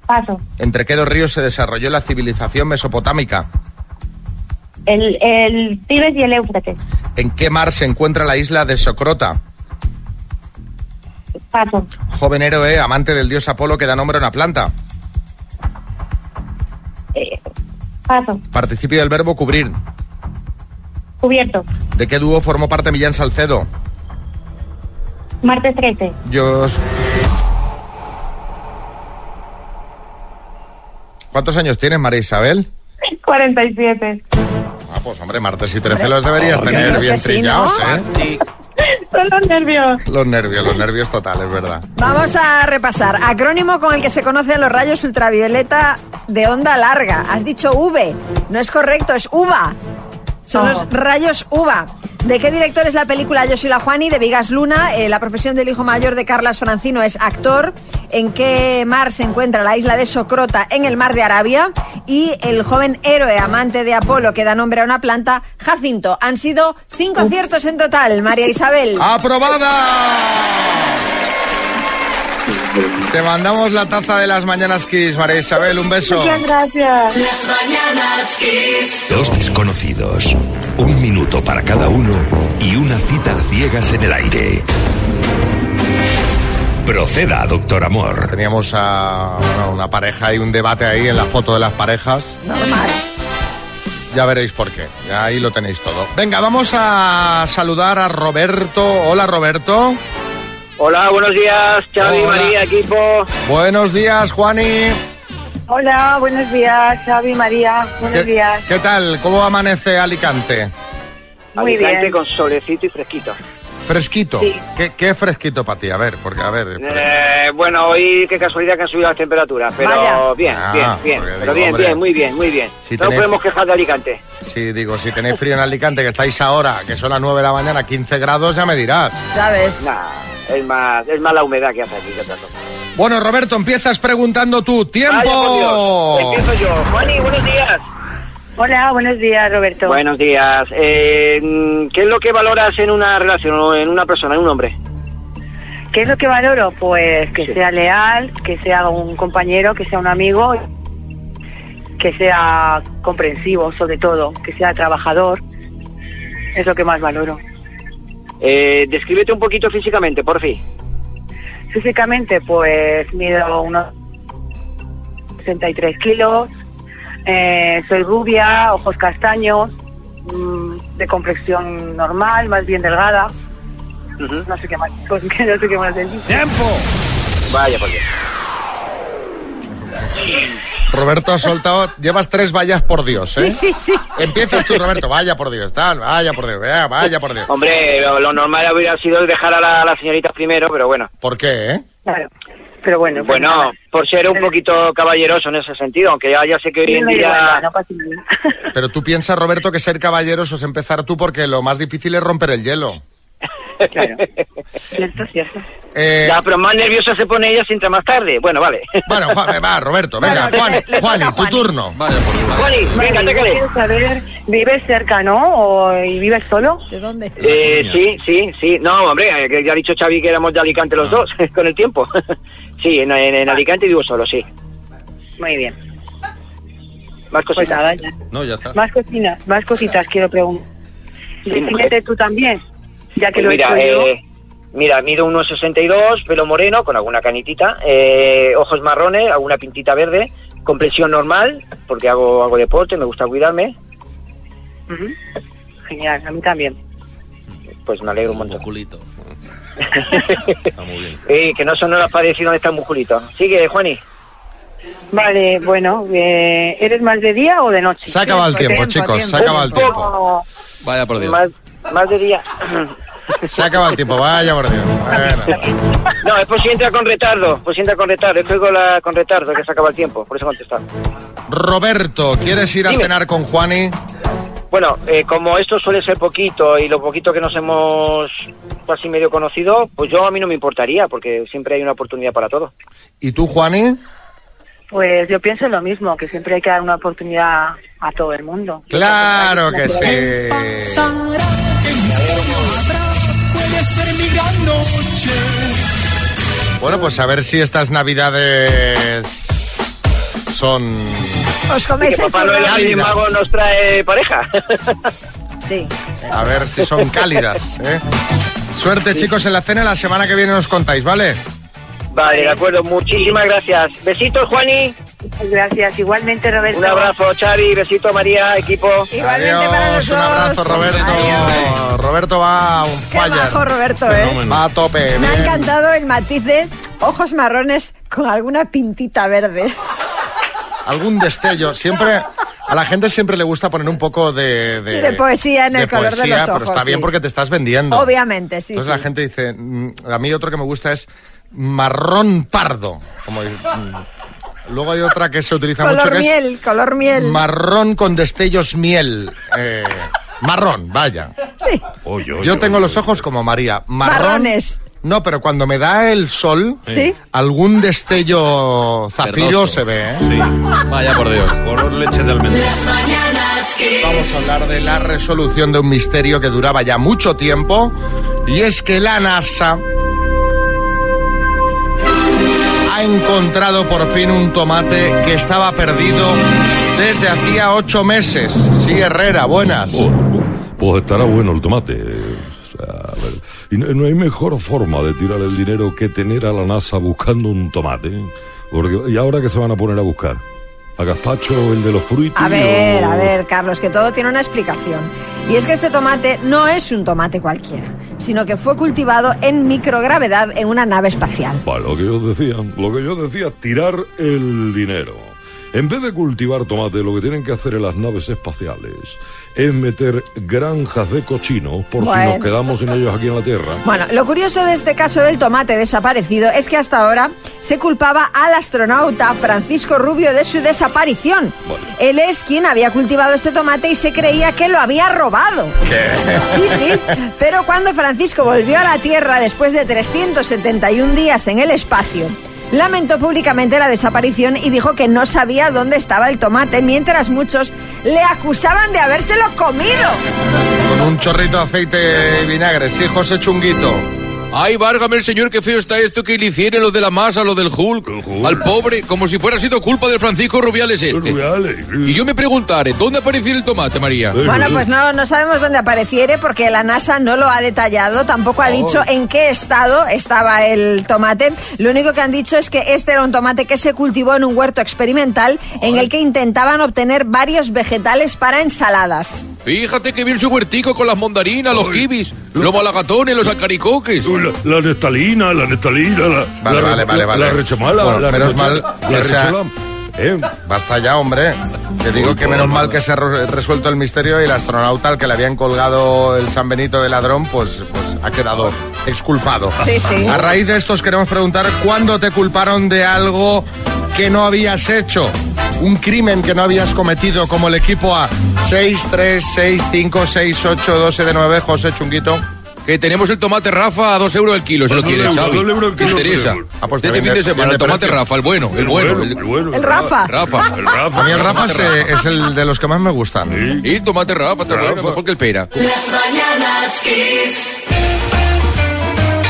[SPEAKER 16] Paso.
[SPEAKER 3] ¿Entre qué dos ríos se desarrolló la civilización mesopotámica?
[SPEAKER 16] El, el Tibet y el Éufrates,
[SPEAKER 3] ¿En qué mar se encuentra la isla de Socrota?
[SPEAKER 16] paso.
[SPEAKER 3] Joven héroe, E, amante del dios Apolo que da nombre a una planta.
[SPEAKER 16] Eh, paso.
[SPEAKER 3] Participio del verbo cubrir.
[SPEAKER 16] Cubierto.
[SPEAKER 3] ¿De qué dúo formó parte Millán Salcedo?
[SPEAKER 16] Martes 13.
[SPEAKER 3] Yo... ¿Cuántos años tienes, María Isabel?
[SPEAKER 16] 47.
[SPEAKER 3] Ah, pues hombre, martes y trece los deberías tener
[SPEAKER 16] creo
[SPEAKER 3] bien
[SPEAKER 16] que sí, ¿no?
[SPEAKER 3] trillados, ¿eh?
[SPEAKER 16] Son los nervios.
[SPEAKER 3] Los nervios, los nervios totales, ¿verdad?
[SPEAKER 5] Vamos a repasar. Acrónimo con el que se conocen los rayos ultravioleta de onda larga. Has dicho V. No es correcto, es UVA. Son
[SPEAKER 16] No.
[SPEAKER 5] los rayos UVA. ¿De qué director es la película Yo soy la Juani de Vigas Luna? Eh, la profesión del hijo mayor de Carlas Francino es actor. ¿En qué mar se encuentra la isla de Socrota en el mar de Arabia? Y el joven héroe amante de Apolo que da nombre a una planta, Jacinto. Han sido cinco aciertos en total, María Isabel.
[SPEAKER 3] ¡Aprobada! Te mandamos la taza de las mañanas Kiss, María Isabel, un beso.
[SPEAKER 9] Muchas gracias. Las mañanas kiss.
[SPEAKER 7] Dos desconocidos, un minuto para cada uno y una cita a ciegas en el aire. Proceda, doctor amor.
[SPEAKER 3] Teníamos a bueno, una pareja y un debate ahí en la foto de las parejas.
[SPEAKER 5] Normal.
[SPEAKER 3] Ya veréis por qué. Ahí lo tenéis todo. Venga, vamos a saludar a Roberto. Hola, Roberto.
[SPEAKER 17] Hola, buenos días, Xavi,
[SPEAKER 3] Hola.
[SPEAKER 17] María, equipo.
[SPEAKER 3] Buenos días, Juani.
[SPEAKER 16] Hola, buenos días, Xavi, María. Buenos
[SPEAKER 3] ¿Qué-
[SPEAKER 16] días.
[SPEAKER 3] ¿Qué tal? ¿Cómo amanece Alicante?
[SPEAKER 16] Muy
[SPEAKER 17] Alicante
[SPEAKER 16] bien.
[SPEAKER 17] con solecito y fresquito.
[SPEAKER 3] ¿Fresquito?
[SPEAKER 17] Sí.
[SPEAKER 3] ¿Qué, qué es fresquito para ti? A ver, porque a ver...
[SPEAKER 17] Eh, bueno, hoy qué casualidad que han subido las temperaturas, pero
[SPEAKER 3] Vaya.
[SPEAKER 17] bien,
[SPEAKER 3] Ah,
[SPEAKER 17] bien, bien.
[SPEAKER 3] porque
[SPEAKER 17] Pero
[SPEAKER 3] digo,
[SPEAKER 17] bien,
[SPEAKER 3] hombre,
[SPEAKER 17] bien, muy bien, muy bien.
[SPEAKER 3] si
[SPEAKER 17] no
[SPEAKER 3] tenés-
[SPEAKER 17] podemos quejar de Alicante.
[SPEAKER 3] Sí, digo, si tenéis frío en Alicante, que estáis ahora, que son las 9 de la mañana, 15 grados, ya me dirás.
[SPEAKER 5] ¿Sabes?
[SPEAKER 17] Nah, es más, es más la humedad que hace aquí. que otra cosa.
[SPEAKER 3] Bueno, Roberto, empiezas preguntando tú.
[SPEAKER 17] Vaya, por Dios.
[SPEAKER 3] ¡Tiempo!
[SPEAKER 17] Empiezo yo. Juani, buenos días.
[SPEAKER 16] Hola, buenos días, Roberto.
[SPEAKER 17] Buenos días. Eh, mm, ¿Qué es lo que valoras en una relación o en una persona, en un hombre?
[SPEAKER 16] ¿Qué es lo que valoro? Pues que sea leal, que sea un compañero, que sea un amigo, que sea comprensivo, sobre todo, que sea trabajador. Es lo que más valoro.
[SPEAKER 17] Eh, descríbete un poquito físicamente, por fin.
[SPEAKER 16] Físicamente, pues mido unos 63 kilos, eh, soy rubia, ojos castaños, mm, de complexión normal, más bien delgada. No sé qué más, pues, que no sé qué más decir.
[SPEAKER 3] ¡Tiempo!
[SPEAKER 17] Vaya, pues, por Dios.
[SPEAKER 3] Roberto ha soltado... Llevas tres vallas por Dios, ¿eh?
[SPEAKER 17] Sí, sí, sí.
[SPEAKER 3] Empiezas tú, Roberto. Vaya por Dios, tal, vaya por Dios, vea, vaya por Dios.
[SPEAKER 17] Hombre, lo, lo normal hubiera sido dejar a la, a la señorita primero, pero bueno.
[SPEAKER 3] ¿Por qué, eh?
[SPEAKER 16] Claro. Pero bueno. pues
[SPEAKER 17] Bueno,
[SPEAKER 16] nada.
[SPEAKER 17] por ser un poquito caballeroso en ese sentido, aunque ya, ya sé que hoy en
[SPEAKER 16] Me da igual,
[SPEAKER 17] día...
[SPEAKER 16] no pasa nada.
[SPEAKER 3] Pero tú piensas, Roberto, que ser caballeros es empezar tú porque lo más difícil es romper el hielo.
[SPEAKER 17] Claro.
[SPEAKER 16] Cierto, cierto.
[SPEAKER 3] Eh,
[SPEAKER 17] Ya, pero más nerviosa se pone ella si entra más tarde. Bueno, vale.
[SPEAKER 3] Bueno, Juan, eh, va, Roberto, venga,
[SPEAKER 17] Bueno,
[SPEAKER 3] Juan,
[SPEAKER 17] le- le
[SPEAKER 3] Juan,
[SPEAKER 17] toca a
[SPEAKER 3] tu turno. Vaya por Dios.
[SPEAKER 17] Juani, venga,
[SPEAKER 16] Vale, yo
[SPEAKER 17] técale.
[SPEAKER 16] quiero saber, ¿vives cerca, no? ¿O, ¿Y vives solo? ¿De dónde?
[SPEAKER 17] Eh, sí, sí, sí. No, hombre, eh, que ya ha dicho Xavi que éramos de Alicante los dos, con el tiempo. sí, en, en- en Alicante vivo solo, sí.
[SPEAKER 16] Muy bien.
[SPEAKER 17] Más
[SPEAKER 16] Pues
[SPEAKER 17] cositas.
[SPEAKER 16] nada, ya.
[SPEAKER 17] No, ya está.
[SPEAKER 16] Más cocinas, más cositas quiero preguntar. Decídete tú también, ya que
[SPEAKER 17] Pues
[SPEAKER 16] lo he
[SPEAKER 17] mira,
[SPEAKER 16] hecho yo.
[SPEAKER 17] eh, mira, mido 1,62, pelo moreno, con alguna canitita, eh, ojos marrones, alguna pintita verde, complexión normal, porque hago, hago deporte, me gusta cuidarme,
[SPEAKER 16] Ujú. Genial, a mí también.
[SPEAKER 17] pues me alegro un montón. Musculito. que no son horas para decir dónde está el musculito. Sigue, Juani.
[SPEAKER 16] Vale, bueno, eh, ¿eres más de día o de noche?
[SPEAKER 3] Se ha acabado el tiempo, chicos, se ha acabado el
[SPEAKER 16] tiempo.
[SPEAKER 2] Vaya por Dios.
[SPEAKER 17] Más, más de día.
[SPEAKER 3] Se acaba el tiempo, vaya por Dios. Bueno.
[SPEAKER 17] No, es por si entra con retardo, por si entra con retardo, es que oigo la, con retardo, que se acaba el tiempo, por eso contestar.
[SPEAKER 3] Roberto, ¿quieres ir a
[SPEAKER 17] Dime.
[SPEAKER 3] cenar con Juani?
[SPEAKER 17] Bueno, eh, como esto suele ser poquito y lo poquito que nos hemos casi medio conocido, pues yo a mí no me importaría, porque siempre hay una oportunidad para todo.
[SPEAKER 3] ¿Y tú, Juani?
[SPEAKER 16] Pues yo pienso lo mismo, que siempre hay que dar una oportunidad a todo el mundo.
[SPEAKER 3] Claro que sí.
[SPEAKER 1] Puede ser mi gran noche.
[SPEAKER 3] Bueno, pues a ver si estas navidades son...
[SPEAKER 5] Os coméis
[SPEAKER 17] que
[SPEAKER 5] el
[SPEAKER 17] Papá
[SPEAKER 5] turno.
[SPEAKER 17] Noel y el
[SPEAKER 3] Cálidas. Eh.
[SPEAKER 17] mago nos trae pareja.
[SPEAKER 5] Sí.
[SPEAKER 3] A ver si son cálidas. ¿eh? Suerte, chicos, en la cena. La semana que viene nos contáis, ¿vale?
[SPEAKER 17] Vale, de acuerdo, muchísimas gracias. Besitos, Juani.
[SPEAKER 16] Muchas gracias, igualmente, Roberto.
[SPEAKER 17] Un abrazo, Xavi. Besito, María, equipo.
[SPEAKER 3] Adiós, un abrazo, Roberto. Roberto va a un
[SPEAKER 5] Qué
[SPEAKER 3] fire.
[SPEAKER 5] majo, Roberto, ¿eh?
[SPEAKER 3] Va a tope.
[SPEAKER 5] Me ha
[SPEAKER 3] bien.
[SPEAKER 5] encantado el matiz de ojos marrones con alguna pintita verde.
[SPEAKER 3] Algún destello. Siempre... A la gente siempre le gusta poner un poco de...
[SPEAKER 5] Sí, de poesía en el
[SPEAKER 3] de
[SPEAKER 5] color de
[SPEAKER 3] poesía,
[SPEAKER 5] los ojos,
[SPEAKER 3] pero está bien
[SPEAKER 5] sí.
[SPEAKER 3] porque te estás vendiendo.
[SPEAKER 5] Obviamente, sí.
[SPEAKER 3] Entonces
[SPEAKER 5] sí.
[SPEAKER 3] la gente dice, mm, a mí otro que me gusta es marrón pardo. Como, dice, mm. Luego hay otra que se utiliza mucho
[SPEAKER 5] color
[SPEAKER 3] que
[SPEAKER 5] miel, color
[SPEAKER 3] es
[SPEAKER 5] miel.
[SPEAKER 3] marrón con destellos miel. Eh, marrón, vaya. Yo tengo los ojos como María. Marrón,
[SPEAKER 5] Marrones.
[SPEAKER 3] No, pero cuando me da el sol,
[SPEAKER 5] Sí.
[SPEAKER 3] algún destello zafiro
[SPEAKER 2] Verdoso.
[SPEAKER 3] se ve. ¿eh?
[SPEAKER 2] Vaya por Dios.
[SPEAKER 6] Color leche de almendra.
[SPEAKER 3] Vamos a hablar de la resolución de un misterio que duraba ya mucho tiempo y es que la NASA ha encontrado por fin un tomate que estaba perdido desde hacía ocho meses. Sí, Herrera, buenas.
[SPEAKER 11] Pues estará bueno el tomate. eh, o sea, a ver, Y no, no hay mejor forma de tirar el ¿eh? dinero que tener a la NASA buscando un tomate. Porque, ¿Y ahora que se van a poner a buscar? ¿A gazpacho el de los frutos?
[SPEAKER 5] A ver,
[SPEAKER 11] o-
[SPEAKER 5] a ver, Carlos, que todo tiene una explicación. Y es que este tomate no es un tomate cualquiera, sino que fue cultivado en microgravedad en una nave espacial.
[SPEAKER 11] Va, lo que yo decía, lo que yo decía, tirar el dinero. En vez de cultivar tomate, lo que tienen que hacer en las naves espaciales es meter granjas de cochinos por si
[SPEAKER 5] Bueno.
[SPEAKER 11] nos quedamos sin ellos aquí en la Tierra.
[SPEAKER 5] Bueno, lo curioso de este caso del tomate desaparecido es que hasta ahora se culpaba al astronauta Francisco Rubio de su desaparición. Él es quien había cultivado este tomate y se creía que lo había robado. Sí, sí. Pero cuando Francisco volvió a la Tierra después de 371 días en el espacio, lamentó públicamente la desaparición y dijo que no sabía dónde estaba el tomate, mientras muchos le acusaban de habérselo comido.
[SPEAKER 3] Con un chorrito de aceite y vinagre. Sí, José Chunguito.
[SPEAKER 2] Ay, válgame el señor, qué feo está esto que le hicieron los de la masa, los del Hulk, al pobre, como si fuera sido culpa de Francisco Rubiales este. Y yo me preguntaré, ¿dónde apareció el tomate, María?
[SPEAKER 5] Bueno, pues no, no sabemos dónde apareciere porque la NASA no lo ha detallado, tampoco ha dicho en qué estado estaba el tomate. Lo único que han dicho es que este era un tomate que se cultivó en un huerto experimental en el que intentaban obtener varios vegetales para ensaladas.
[SPEAKER 2] Fíjate que bien su huertico con las mondarinas, los kibis, los malagatones, los alcaricoques.
[SPEAKER 11] La nestalina, la nestalina, la.
[SPEAKER 3] Vale,
[SPEAKER 11] la-
[SPEAKER 3] vale, vale,
[SPEAKER 11] la-
[SPEAKER 3] vale.
[SPEAKER 11] La rechemala,
[SPEAKER 3] Bueno,
[SPEAKER 11] la
[SPEAKER 3] menos
[SPEAKER 11] rechola-
[SPEAKER 3] mal
[SPEAKER 11] La Eh.
[SPEAKER 3] que se ha-
[SPEAKER 11] rechola.
[SPEAKER 3] Basta ya, hombre. Te digo que menos mal que se ha re- resuelto el misterio y el astronauta al que le habían colgado el San Benito de ladrón, pues, pues ha quedado exculpado.
[SPEAKER 5] Sí, sí.
[SPEAKER 3] A raíz de esto os queremos preguntar cuándo te culparon de algo que no habías hecho. Un crimen que no habías cometido como el equipo A. 6, 3, 6, 5, 6, 8, 12 de 9, José Chunguito.
[SPEAKER 2] Que tenemos el tomate Rafa a dos euros el kilo, si lo
[SPEAKER 3] Dos
[SPEAKER 2] quieres,
[SPEAKER 3] euros,
[SPEAKER 2] Xavi.
[SPEAKER 3] dos euros el
[SPEAKER 2] ¿Te
[SPEAKER 3] kilo,
[SPEAKER 2] interesa?
[SPEAKER 3] pero- Ah, pues
[SPEAKER 2] De este
[SPEAKER 3] también
[SPEAKER 2] fin de
[SPEAKER 3] de-
[SPEAKER 2] semana,
[SPEAKER 3] de
[SPEAKER 2] el tomate
[SPEAKER 3] precio.
[SPEAKER 2] Rafa, el bueno, el
[SPEAKER 3] El
[SPEAKER 2] bueno.
[SPEAKER 3] bueno,
[SPEAKER 5] El Rafa.
[SPEAKER 2] Rafa. El Rafa.
[SPEAKER 3] A mí el Rafa se- es el de los que más me gustan.
[SPEAKER 2] Y tomate Rafa, está bueno, mejor que el pera.
[SPEAKER 9] Las mañanas kiss.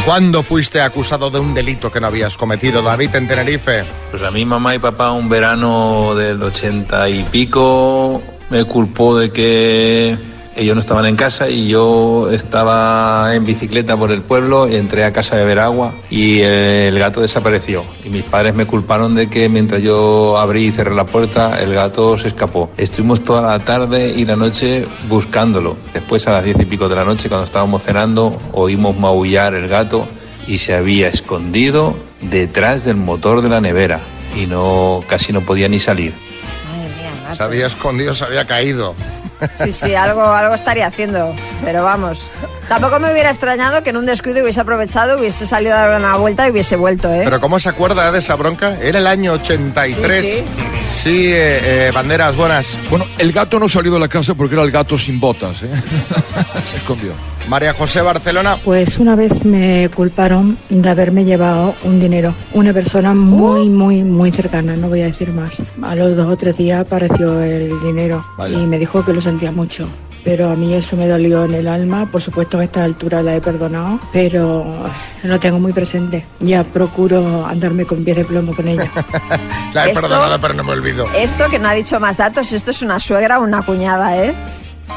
[SPEAKER 3] ¿Cuándo fuiste acusado de un delito que no habías cometido, David, en Tenerife?
[SPEAKER 18] Pues a mí mamá y papá un verano del ochenta y pico me culpó de que ellos no estaban en casa y yo estaba en bicicleta por el pueblo y entré a casa a beber agua y eh, el gato desapareció. Y mis padres me culparon de que mientras yo abrí y cerré la puerta, el gato se escapó. Estuvimos toda la tarde y la noche buscándolo. Después a las diez y pico de la noche, cuando estábamos cenando, oímos maullar el gato y se había escondido detrás del motor de la nevera y no casi no podía ni salir.
[SPEAKER 3] Se había escondido, se había caído.
[SPEAKER 5] Sí, sí, algo, algo estaría haciendo, pero vamos. Tampoco me hubiera extrañado que en un descuido hubiese aprovechado, hubiese salido a dar una vuelta y hubiese vuelto, ¿eh?
[SPEAKER 3] Pero ¿cómo se acuerda de esa bronca? Era el año 83.
[SPEAKER 5] Sí,
[SPEAKER 3] Sí, eh, eh, banderas, buenas.
[SPEAKER 2] Bueno, el gato no salió de la casa porque era el gato sin botas, ¿eh? Se escondió.
[SPEAKER 3] María José Barcelona.
[SPEAKER 19] Pues una vez me culparon de haberme llevado un dinero. Una persona muy, muy, muy cercana, no voy a decir más. A los dos o tres días apareció el dinero y me dijo que lo sentía mucho. Pero a mí eso me dolió en el alma. Por supuesto, a esta altura la he perdonado, pero eh, lo tengo muy presente. Ya procuro andarme con pies de plomo con ella.
[SPEAKER 3] La he
[SPEAKER 5] Esto- Eh,
[SPEAKER 3] perdonado, pero no me olvido.
[SPEAKER 5] Esto que no ha dicho más datos, esto es una suegra o una cuñada, ¿eh?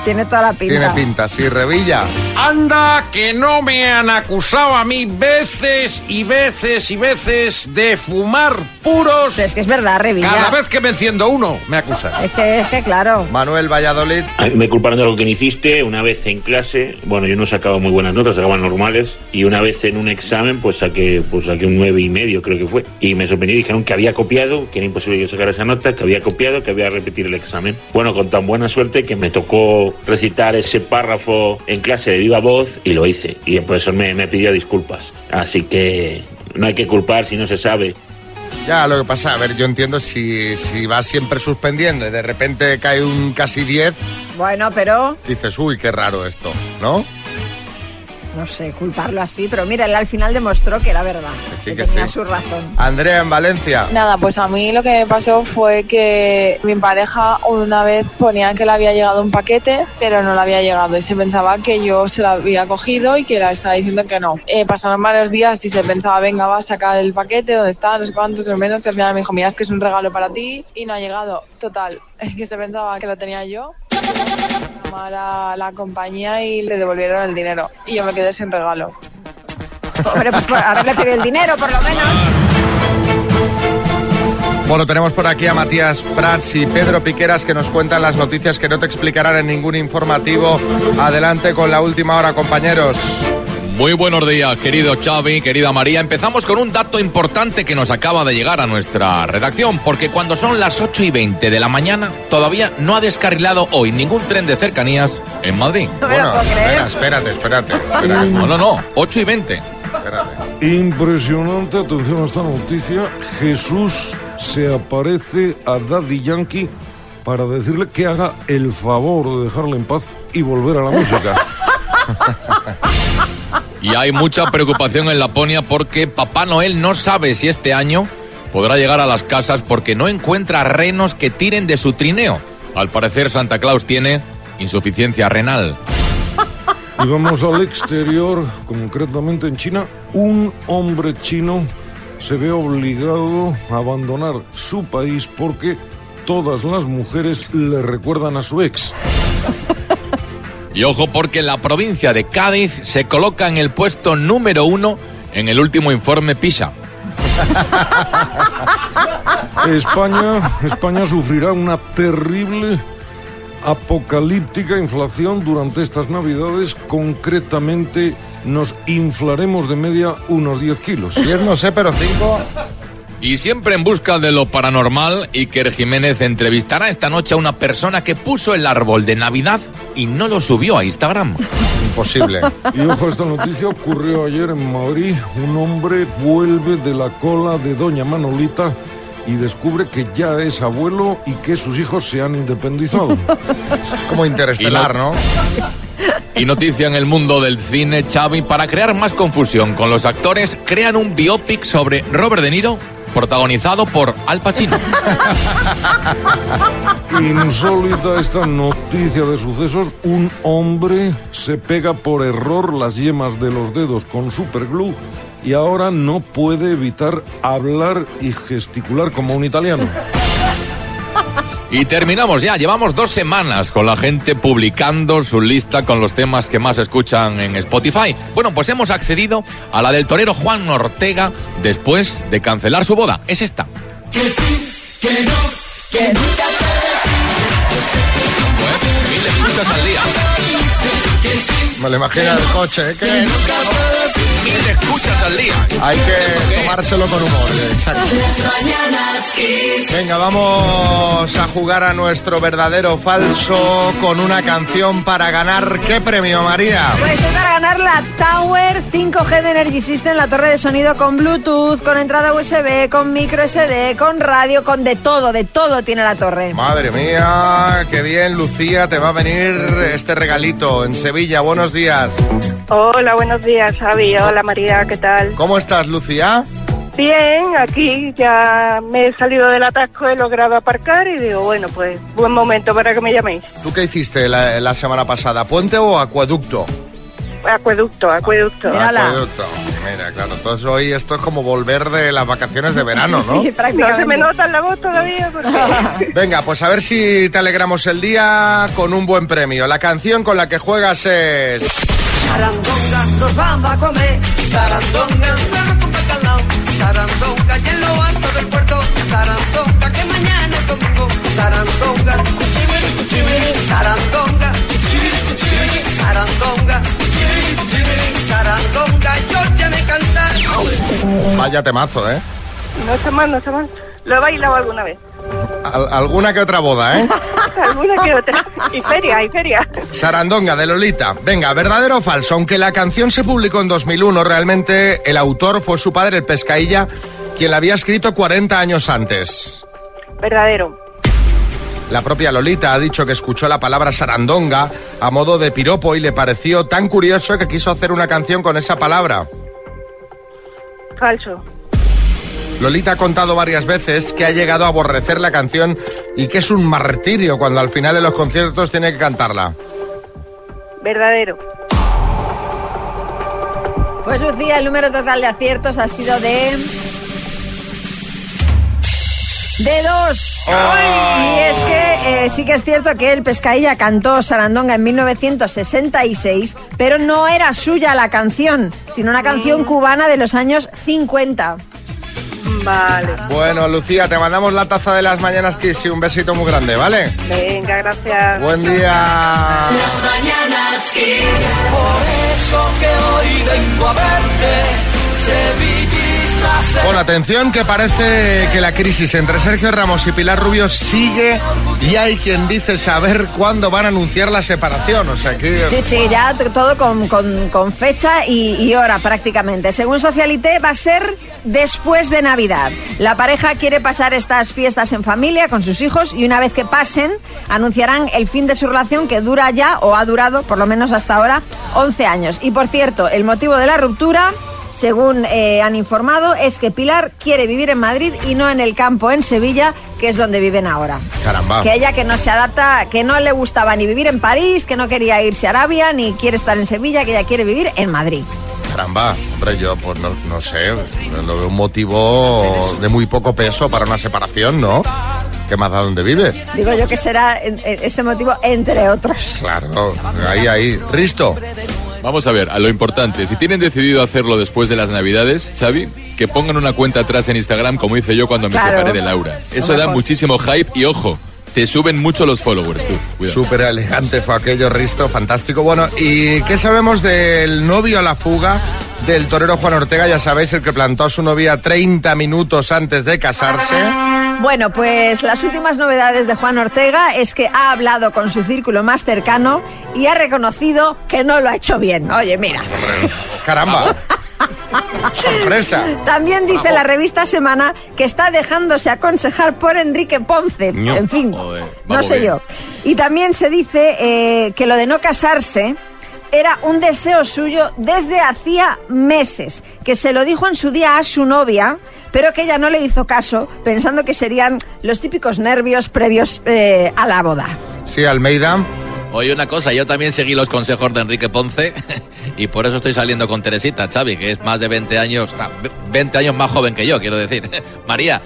[SPEAKER 5] Tiene toda la pinta.
[SPEAKER 3] Tiene pinta, sí, Revilla.
[SPEAKER 7] Anda, que no me han acusado a mí veces y veces y veces de fumar puros.
[SPEAKER 5] es que es verdad, Revilla.
[SPEAKER 7] Cada vez que me enciendo uno, me acusan.
[SPEAKER 5] Es que, es que claro.
[SPEAKER 3] Manuel Valladolid.
[SPEAKER 20] A mí Me culparon de algo que no hiciste una vez en clase. Bueno, yo no sacaba muy buenas notas, sacaba normales. Y una vez en un examen, pues saqué, pues saqué un nueve y medio, creo que fue. Y me sorprendió, dijeron que había copiado, que era imposible que yo sacara esa nota, que había copiado, que había repetir el examen. Bueno, con tan buena suerte que me tocó recitar ese párrafo en clase de viva voz y lo hice. Y el profesor me, me pidió disculpas. Así que no hay que culpar si no se sabe.
[SPEAKER 3] Ya, lo que pasa, a ver, yo entiendo si, si vas siempre suspendiendo y de repente cae un casi 10,
[SPEAKER 5] Bueno, pero
[SPEAKER 3] dices, uy, qué raro esto, ¿no?
[SPEAKER 5] no sé, culparlo así. Pero mira, él al final demostró que era verdad.
[SPEAKER 3] Sí,
[SPEAKER 5] que
[SPEAKER 3] que
[SPEAKER 5] tenía
[SPEAKER 3] sí.
[SPEAKER 5] su razón.
[SPEAKER 3] Andrea en Valencia.
[SPEAKER 21] Nada, pues a mí lo que me pasó fue que mi pareja una vez ponía que le había llegado un paquete, pero no le había llegado y se pensaba que yo se la había cogido y que la estaba diciendo que no. Eh, pasaron varios días y se pensaba, venga, va a sacar el paquete, ¿dónde está? No sé cuántos, no sé menos. Y al final me dijo, mira, es que es un regalo para ti y no ha llegado. Total, que se pensaba que lo tenía yo. Llamar a la compañía y le devolvieron el dinero y yo me quedé sin regalo.
[SPEAKER 5] Hombre, pues por haberle pedido el dinero, por lo menos.
[SPEAKER 3] Bueno, tenemos por aquí a Matías Prats y Pedro Piqueras que nos cuentan las noticias que no te explicarán en ningún informativo. Adelante con la última hora, compañeros.
[SPEAKER 2] Muy buenos días, querido Xavi, querida María. Empezamos con un dato importante que nos acaba de llegar a nuestra redacción, porque cuando son las 8 y 20 de la mañana, todavía no ha descarrilado hoy ningún tren de cercanías en Madrid.
[SPEAKER 3] Bueno, espera, espérate, espérate. espérate.
[SPEAKER 2] No, no, no, 8 y 20.
[SPEAKER 11] Impresionante, atención a esta noticia. Jesús se aparece a Daddy Yankee para decirle que haga el favor de dejarle en paz y volver a la música.
[SPEAKER 2] Y hay mucha preocupación en Laponia porque Papá Noel no sabe si este año podrá llegar a las casas porque no encuentra renos que tiren de su trineo. Al parecer Santa Claus tiene insuficiencia renal.
[SPEAKER 11] Y vamos al exterior, concretamente en China. Un hombre chino se ve obligado a abandonar su país porque todas las mujeres le recuerdan a su ex.
[SPEAKER 2] Y ojo porque la provincia de Cádiz se coloca en el puesto número uno en el último informe PISA.
[SPEAKER 11] España, España sufrirá una terrible apocalíptica inflación durante estas navidades. Concretamente nos inflaremos de media unos 10 kilos.
[SPEAKER 3] 10 no sé, pero 5...
[SPEAKER 2] Y siempre en busca de lo paranormal, Iker Jiménez entrevistará esta noche a una persona que puso el árbol de Navidad y no lo subió a Instagram.
[SPEAKER 3] Imposible.
[SPEAKER 11] Y ojo, esta noticia ocurrió ayer en Madrid. Un hombre vuelve de la cola de Doña Manolita y descubre que ya es abuelo y que sus hijos se han independizado.
[SPEAKER 3] Es como interestelar, ¿no?
[SPEAKER 2] Y noticia en el mundo del cine, Xavi, para crear más confusión con los actores, crean un biopic sobre Robert De Niro, protagonizado por Al Pacino.
[SPEAKER 11] Insólita esta noticia de sucesos. Un hombre se pega por error las yemas de los dedos con superglue y ahora no puede evitar hablar y gesticular como un italiano.
[SPEAKER 2] Y terminamos ya, llevamos dos semanas con la gente publicando su lista con los temas que más escuchan en Spotify. Bueno, pues hemos accedido a la del torero Juan Ortega después de cancelar su boda. Es esta.
[SPEAKER 9] Que sí, que no, que nunca te
[SPEAKER 2] Miles muchas al día.
[SPEAKER 3] Me lo imagino en el coche, ¿eh? Que
[SPEAKER 2] Mil escuchas al día.
[SPEAKER 3] hay que tomárselo con humor. eh, Exacto.
[SPEAKER 9] Las mañanas Kiss.
[SPEAKER 3] Venga, vamos a jugar a nuestro verdadero o falso con una canción para ganar. ¿Qué premio, María?
[SPEAKER 5] Pues es para ganar la Tower 5G de Energy System, la torre de sonido con Bluetooth, con entrada USB, con micro SD, con radio, con de todo, de todo tiene la torre.
[SPEAKER 3] Madre mía, qué bien, Lucía, te va a venir este regalito en Sevilla. Buenos días.
[SPEAKER 4] Hola, buenos días, Javi. Hola, María, ¿qué tal?
[SPEAKER 3] ¿Cómo estás, Lucía?
[SPEAKER 4] Bien, aquí ya me he salido del atasco, he logrado aparcar y digo, bueno, pues buen momento para que me llaméis.
[SPEAKER 3] ¿Tú qué hiciste la, la semana pasada? ¿Puente o acueducto?
[SPEAKER 4] Acueducto, acueducto.
[SPEAKER 3] Acueducto. Mira, claro, entonces hoy esto es como volver de las vacaciones de verano, ¿no?
[SPEAKER 4] No se me nota en la voz todavía porque...
[SPEAKER 3] Venga, pues a ver si te alegramos el día con un buen premio. La canción con la que juegas es...
[SPEAKER 9] Sarandonga, nos vamos a comer. Sarandonga, claro con bacalao. Sarandonga, y en lo alto del puerto. Sarandonga, que mañana es domingo. Sarandonga, cuchibiri, cuchibiri. Sarandonga, cuchibiri, cuchibiri. Sarandonga, cuchibiri, cuchibiri. Sarandonga, yo ya me cantar.
[SPEAKER 3] Vaya temazo, ¿eh?
[SPEAKER 4] No está mal, no está mal. Lo he bailado alguna vez.
[SPEAKER 3] Al- alguna que otra boda, ¿eh?
[SPEAKER 4] Alguna que otra. Y feria, y feria.
[SPEAKER 3] Sarandonga de Lolita. Venga, verdadero o falso. Aunque la canción se publicó en 2001, realmente el autor fue su padre, el Pescailla, quien la había escrito 40 años antes.
[SPEAKER 4] Verdadero.
[SPEAKER 3] La propia Lolita ha dicho que escuchó la palabra sarandonga a modo de piropo y le pareció tan curioso que quiso hacer una canción con esa palabra.
[SPEAKER 4] Falso.
[SPEAKER 3] Lolita ha contado varias veces que ha llegado a aborrecer la canción y que es un martirio cuando al final de los conciertos tiene que cantarla.
[SPEAKER 4] Verdadero.
[SPEAKER 5] Pues Lucía, el número total de aciertos ha sido de... De dos. Y es que eh, sí que es cierto que el Pescailla cantó Sarandonga en 1966, pero no era suya la canción, sino una canción cubana de los años 50.
[SPEAKER 4] Vale.
[SPEAKER 3] Bueno, Lucía, te mandamos la taza de las mañanas Kiss y un besito muy grande, ¿vale?
[SPEAKER 4] Venga, gracias.
[SPEAKER 3] Buen día.
[SPEAKER 9] Las mañanas Kiss. Por eso que hoy vengo a verte, sevillista. se-
[SPEAKER 3] Bueno, atención que parece que la crisis entre Sergio Ramos y Pilar Rubio sigue y hay quien dice saber cuándo van a anunciar la separación. O sea que...
[SPEAKER 5] Sí, sí, ya t- todo con, con- con fecha y, y hora prácticamente. Según Socialité, va a ser después de Navidad. La pareja quiere pasar estas fiestas en familia con sus hijos y una vez que pasen, anunciarán el fin de su relación que dura ya, o ha durado por lo menos hasta ahora, 11 años. Y por cierto, el motivo de la ruptura... Según eh, han informado, es que Pilar quiere vivir en Madrid y no en el campo, en Sevilla, que es donde viven ahora.
[SPEAKER 3] Caramba.
[SPEAKER 5] Que ella que no se adapta, que no le gustaba ni vivir en París, que no quería irse a Arabia, ni quiere estar en Sevilla, que ella quiere vivir en Madrid.
[SPEAKER 3] Caramba, hombre, yo pues no, no sé, lo veo un motivo de muy poco peso para una separación, ¿no? ¿Qué más da dónde vives?
[SPEAKER 5] Digo yo que será en- en este motivo, entre otros.
[SPEAKER 3] Claro, Oh, ahí, ahí. Risto.
[SPEAKER 2] Vamos a ver, a lo importante. Si tienen decidido hacerlo después de las Navidades, Xavi, que pongan una cuenta atrás en Instagram como hice yo cuando me
[SPEAKER 5] Claro.
[SPEAKER 2] separé de Laura. Eso
[SPEAKER 5] Lo
[SPEAKER 2] da
[SPEAKER 5] mejor.
[SPEAKER 2] muchísimo hype y ojo, te suben mucho los followers, tú.
[SPEAKER 3] Súper elegante fue aquello, Risto, fantástico. Bueno, ¿y qué sabemos del novio a la fuga del torero Juan Ortega? Ya sabéis, el que plantó a su novia 30 minutos antes de casarse.
[SPEAKER 5] Bueno, pues las últimas novedades de Juan Ortega es que ha hablado con su círculo más cercano y ha reconocido que no lo ha hecho bien. Oye, mira.
[SPEAKER 3] Caramba. Ah. Sorpresa.
[SPEAKER 5] También dice
[SPEAKER 3] Bravo.
[SPEAKER 5] la revista Semana que está dejándose aconsejar por Enrique Ponce.
[SPEAKER 2] No.
[SPEAKER 5] En fin, no
[SPEAKER 2] vamos
[SPEAKER 5] sé
[SPEAKER 2] bien.
[SPEAKER 5] yo. Y también se dice eh, que lo de no casarse era un deseo suyo desde hacía meses, que se lo dijo en su día a su novia, pero que ella no le hizo caso, pensando que serían los típicos nervios previos eh, a la boda.
[SPEAKER 3] Sí, Almeida.
[SPEAKER 2] Oye, una cosa, yo también seguí los consejos de Enrique Ponce y por eso estoy saliendo con Teresita, Xavi, que es más de 20 años, ah, ve- 20 años más joven que yo, quiero decir. María,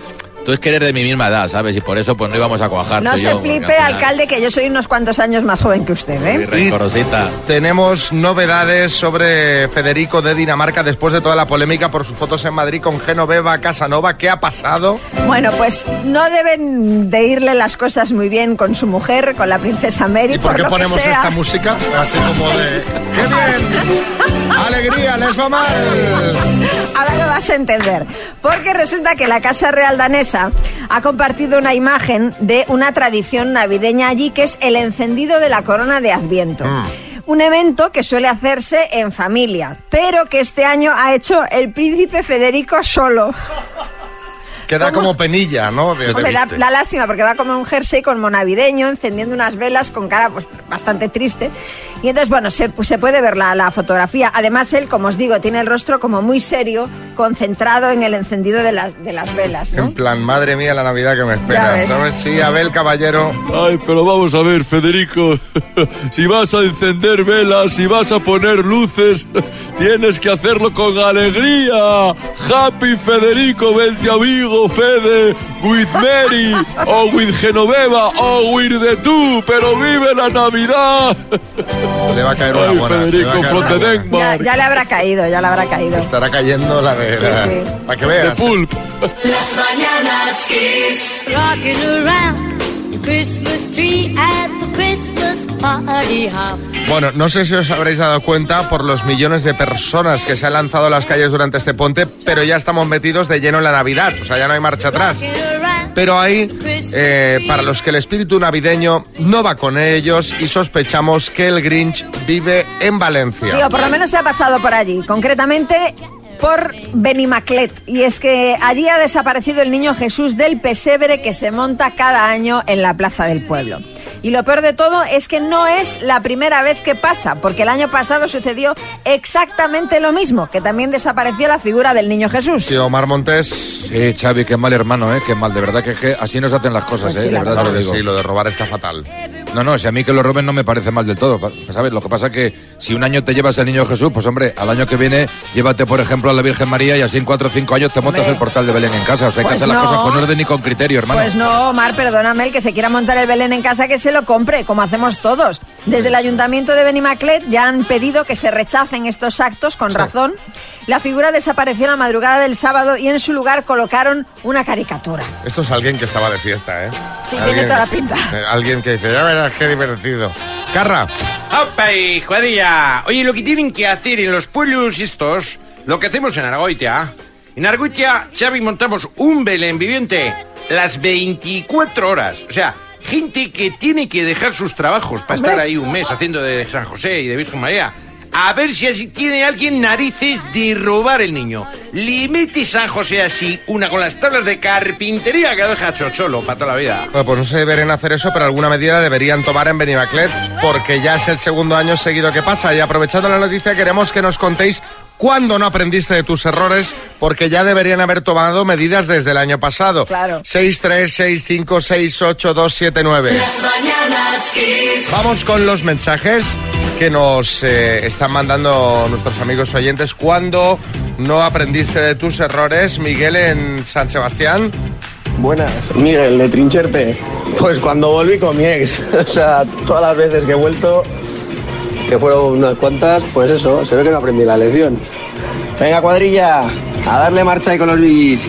[SPEAKER 2] tú es que eres de mi misma edad, ¿sabes? Y por eso pues no íbamos a cuajar.
[SPEAKER 5] No
[SPEAKER 2] tú y
[SPEAKER 5] se
[SPEAKER 2] yo, porque
[SPEAKER 5] flipe,
[SPEAKER 2] al final-
[SPEAKER 5] alcalde, que yo soy unos cuantos años más joven que usted, ¿eh?
[SPEAKER 2] Rencorosita.
[SPEAKER 3] Tenemos novedades sobre Federico de Dinamarca después de toda la polémica por sus fotos en Madrid con Genoveva Casanova. ¿Qué ha pasado?
[SPEAKER 5] Bueno, pues no deben de irle las cosas muy bien con su mujer, con la princesa Mary.
[SPEAKER 3] ¿Y por qué
[SPEAKER 5] lo que
[SPEAKER 3] ponemos
[SPEAKER 5] sea.
[SPEAKER 3] esta música? Así como de... ¡Qué bien! ¡Alegría! ¡Les va mal!
[SPEAKER 5] Ahora lo vas a entender. Porque resulta que la Casa Real Danesa ha compartido una imagen de una tradición navideña allí que es el encendido de la corona de Adviento.
[SPEAKER 3] Ah.
[SPEAKER 5] Un evento que suele hacerse en familia, pero que este año ha hecho el príncipe Federico solo.
[SPEAKER 3] Queda como penilla, ¿no? De-
[SPEAKER 5] Hombre, da, da lástima porque va como un jersey como navideño, encendiendo unas velas con cara pues, bastante triste. Y entonces, bueno, se, pues, se puede ver la, la fotografía. Además, él, como os digo, tiene el rostro como muy serio, concentrado en el encendido de las, de las velas, ¿no?
[SPEAKER 3] En plan, madre mía, la Navidad que me espera.
[SPEAKER 5] Ya ves.
[SPEAKER 3] ¿Sabes? Sí, Abel Caballero.
[SPEAKER 8] Ay, pero vamos a ver, Federico. Si vas a encender velas, si vas a poner luces, tienes que hacerlo con alegría. Happy Federico, vente amigo, Fede, with Mary, o with Genoveva, o with de tú, pero vive la Navidad.
[SPEAKER 3] Le va a caer una
[SPEAKER 8] Ay,
[SPEAKER 3] buena, le va a
[SPEAKER 8] Federico,
[SPEAKER 3] caer una
[SPEAKER 5] Ya,
[SPEAKER 8] Frontedengmar.
[SPEAKER 5] ya le habrá caído, ya le habrá caído.
[SPEAKER 3] Estará cayendo la de... la- Para que veas.
[SPEAKER 8] De pulp.
[SPEAKER 9] Las mañanas Kiss.
[SPEAKER 10] Rocking around the Christmas tree at the Christmas party hop.
[SPEAKER 3] Bueno, no sé si os habréis dado cuenta por los millones de personas que se han lanzado a las calles durante este ponte, pero ya estamos metidos de lleno en la Navidad, o sea, ya no hay marcha atrás. Pero hay eh, para los que el espíritu navideño no va con ellos y sospechamos que el Grinch vive en Valencia.
[SPEAKER 5] Sí, o por lo menos se ha pasado por allí. Concretamente por Benimaclet. Y es que allí ha desaparecido el niño Jesús del pesebre que se monta cada año en la plaza del pueblo. Y lo peor de todo es que no es la primera vez que pasa, porque el año pasado sucedió exactamente lo mismo, que también desapareció la figura del niño Jesús.
[SPEAKER 3] Sí, Omar Montes.
[SPEAKER 2] Sí, Xavi, qué mal hermano, ¿eh? Qué mal, de verdad que, que así nos hacen las cosas,
[SPEAKER 3] Pues
[SPEAKER 2] ¿eh?
[SPEAKER 3] sí,
[SPEAKER 2] de
[SPEAKER 3] la
[SPEAKER 2] verdad te
[SPEAKER 3] verdad.
[SPEAKER 2] lo
[SPEAKER 3] Claro que
[SPEAKER 2] digo.
[SPEAKER 3] sí, lo de robar está fatal.
[SPEAKER 2] No, no, si a mí que lo roben no me parece mal del todo, pa- ¿sabes? Lo que pasa que si un año te llevas el niño Jesús, pues hombre, al año que viene llévate, por ejemplo, a la Virgen María y así en cuatro o cinco años te montas
[SPEAKER 5] Hombre.
[SPEAKER 2] el portal de Belén en casa. O sea, hay
[SPEAKER 5] Pues
[SPEAKER 2] que hacer
[SPEAKER 5] no.
[SPEAKER 2] las cosas con orden y con criterio, hermano.
[SPEAKER 5] Pues no, Omar, perdóname, el que se quiera montar el Belén en casa, que se lo compre, como hacemos todos. Desde el Ayuntamiento de Benimaclet ya han pedido que se rechacen estos actos, con razón. La figura desapareció la madrugada del sábado y en su lugar colocaron una caricatura.
[SPEAKER 3] Esto es alguien que estaba de fiesta, ¿eh?
[SPEAKER 5] Sí, tiene toda la pinta.
[SPEAKER 3] eh, Alguien que dice, ya verás qué divertido. Carra.
[SPEAKER 7] ¡Opa, hijuadilla! Oye, lo que tienen que hacer en los pueblos estos, lo que hacemos en Argoitia. En Argoitia, Xavi, montamos un Belén viviente las 24 horas. O sea, gente que tiene que dejar sus trabajos para estar ahí un mes haciendo de San José y de Virgen María. A ver si así tiene alguien narices de robar el niño. Le mete San José así, una con las tablas de carpintería que lo deja chocholo para toda la vida.
[SPEAKER 3] Bueno, pues no se deberían hacer eso, pero alguna medida deberían tomar en Benimaclet, porque ya es el segundo año seguido que pasa. Y aprovechando la noticia, queremos que nos contéis cuándo no aprendiste de tus errores, porque ya deberían haber tomado medidas desde el año pasado. Claro. 636568279.
[SPEAKER 9] mañanas Kiss.
[SPEAKER 3] Vamos con los mensajes que nos eh, están mandando nuestros amigos oyentes. ¿Cuándo no aprendiste de tus errores, Miguel, en San Sebastián?
[SPEAKER 12] Buenas, Miguel de Trincherpe. Pues cuando volví con mi ex, o sea, todas las veces que he vuelto, que fueron unas cuantas, pues eso, se ve que no aprendí la lección. Venga, cuadrilla, a darle marcha y con los bis.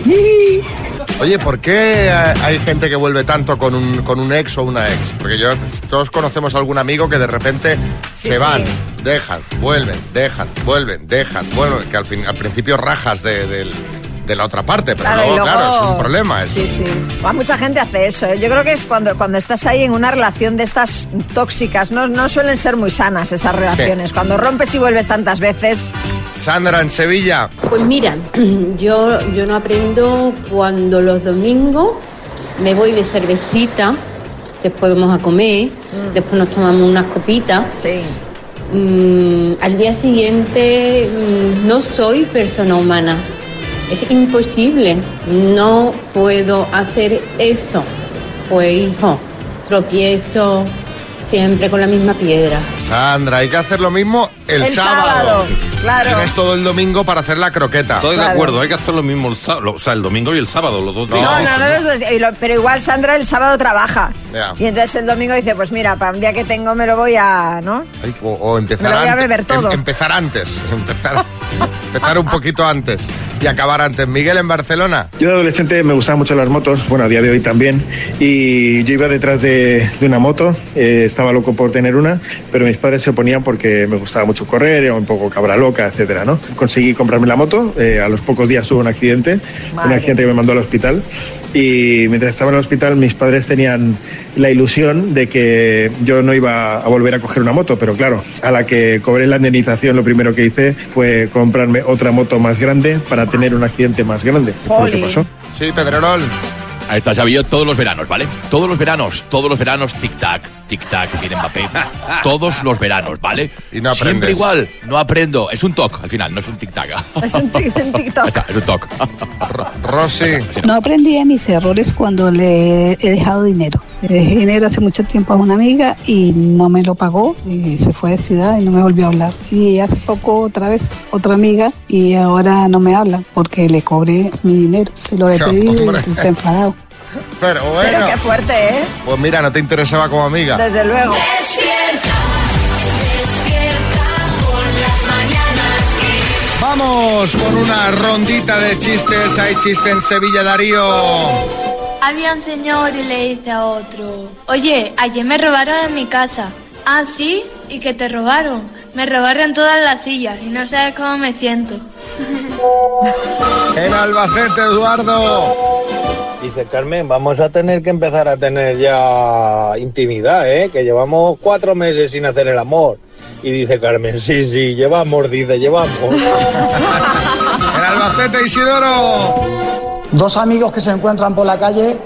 [SPEAKER 3] Oye, ¿por qué eh, hay gente que vuelve tanto con un, con un ex o una ex? Porque yo, todos conocemos a algún amigo que de repente
[SPEAKER 5] Sí,
[SPEAKER 3] se
[SPEAKER 5] sí.
[SPEAKER 3] van, dejan, vuelven, dejan, vuelven, dejan, vuelven, que al, fin, al principio rajas de, del- de la otra parte, pero
[SPEAKER 5] Claro, y
[SPEAKER 3] luego,
[SPEAKER 5] luego-
[SPEAKER 3] Pues claro, es un problema eso.
[SPEAKER 5] Sí, sí. A mucha gente hace eso. ¿eh? Yo creo que es cuando, cuando estás ahí en una relación de estas tóxicas. No, no suelen ser muy sanas esas relaciones. Cuando rompes y vuelves tantas veces.
[SPEAKER 3] Sandra, en Sevilla.
[SPEAKER 22] Pues mira, yo, yo no aprendo cuando los domingos me voy de cervecita, después vamos a comer, después nos tomamos unas copitas. Mm, al día siguiente mm, no soy persona humana. Es imposible. No puedo hacer eso. Pues hijo, tropiezo siempre con la misma piedra.
[SPEAKER 3] Sandra, hay que hacer lo mismo el,
[SPEAKER 22] El sábado, claro.
[SPEAKER 3] Tienes todo el domingo para hacer la croqueta.
[SPEAKER 6] Estoy de acuerdo, ¿eh? hay que hacer lo mismo el, sá- lo- o sea, el domingo y el sábado, los dos
[SPEAKER 5] No,
[SPEAKER 6] días.
[SPEAKER 5] no, no, los dos- y lo- pero igual Sandra el sábado trabaja.
[SPEAKER 6] Ya.
[SPEAKER 5] Y entonces el domingo dice, pues mira, para un día que tengo me lo voy a... ¿no?
[SPEAKER 3] Ay, O, o empezar,
[SPEAKER 5] Me lo voy a
[SPEAKER 3] antes, em,
[SPEAKER 5] beber todo.
[SPEAKER 3] empezar antes. Empezar, empezar un poquito antes y acabar antes. Miguel en Barcelona.
[SPEAKER 23] Yo de adolescente me gustaban mucho las motos, bueno, a día de hoy también, y yo iba detrás de, de una moto, eh, estaba loco por tener una, pero mis padres se oponían porque me gustaba mucho correr, era un poco cabra loca, etcétera, ¿no? Conseguí comprarme la moto, eh, a los pocos días tuve un accidente, un
[SPEAKER 24] Madre.
[SPEAKER 23] accidente que me mandó al hospital, y mientras estaba en el hospital mis padres tenían la ilusión de que yo no iba a volver a coger una moto, pero claro, a la que cobré la indemnización lo primero que hice fue comprarme otra moto más grande para tener un accidente más grande. que fue lo que pasó.
[SPEAKER 3] Sí, Pedrerol.
[SPEAKER 2] Ahí está Xavi, yo todos los veranos, ¿vale? Todos los veranos, todos los veranos, tic-tac, tic-tac, tiene Mbappé. Todos los veranos, ¿vale? Y no Siempre
[SPEAKER 3] aprendes.
[SPEAKER 2] igual, no aprendo. Es un toc, al final, no es un tic-tac.
[SPEAKER 5] Es un tic- un TikTok.
[SPEAKER 2] Es un toc.
[SPEAKER 3] Rosy.
[SPEAKER 25] No aprendí de mis errores cuando le he dejado dinero. Le dejé dinero hace mucho tiempo a una amiga y no me lo pagó y se fue de ciudad y no me volvió a hablar. Y hace poco otra vez otra amiga y ahora no me habla porque le cobré mi dinero. Se lo he pedido y
[SPEAKER 3] Hombre.
[SPEAKER 25] entonces enfadado.
[SPEAKER 3] Pero oh, bueno.
[SPEAKER 25] Pero qué
[SPEAKER 5] fuerte, ¿eh?
[SPEAKER 3] Pues mira, no te interesaba como amiga.
[SPEAKER 5] Desde luego.
[SPEAKER 9] Despierta, despierta con las mañanas Kiss.
[SPEAKER 3] Vamos con una rondita de chistes. Hay chiste en Sevilla, Darío.
[SPEAKER 26] Había un señor y le dice a otro, oye, ayer me robaron en mi casa. Ah, sí, ¿y que te robaron? Me robaron todas las sillas y no sabes cómo me siento.
[SPEAKER 3] En Albacete, Eduardo.
[SPEAKER 12] Dice Carmen, vamos a tener que empezar a tener ya intimidad, ¿eh? Que llevamos cuatro meses sin hacer el amor. Y dice Carmen, sí, sí, llevamos, dice, llevamos.
[SPEAKER 3] En Albacete, Isidoro.
[SPEAKER 27] Dos amigos que se encuentran por la calle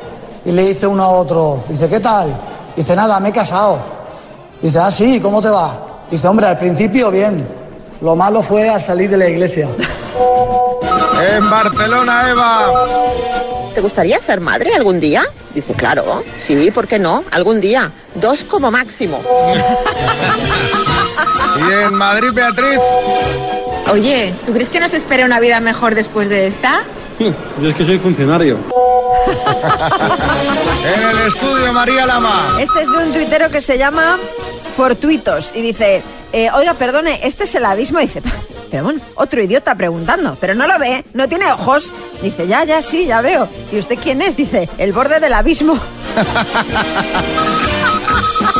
[SPEAKER 27] y le dice uno a otro, dice, ¿qué tal? Dice, nada, me he casado. Dice, ah, sí, ¿cómo te va? Dice, hombre, al principio bien. Lo malo fue al salir de la iglesia.
[SPEAKER 3] Ah. En Barcelona, Eva.
[SPEAKER 27] ¿te gustaría ser madre algún día? Dice, claro, sí, ¿por qué no? Algún día, dos como máximo.
[SPEAKER 3] Y en Madrid, Beatriz.
[SPEAKER 1] Oye, ¿tú crees que nos espera una vida mejor después de esta?
[SPEAKER 14] Yo es que soy funcionario.
[SPEAKER 3] En el estudio, María Lama.
[SPEAKER 5] Este es de un tuitero que se llama Fortuitos y dice, eh, oiga, perdone, este es el abismo. Y dice, pero bueno, otro idiota preguntando, pero no lo ve, no tiene ojos. Dice, ya, ya, sí, ya veo. ¿Y usted quién es? Dice, el borde del abismo.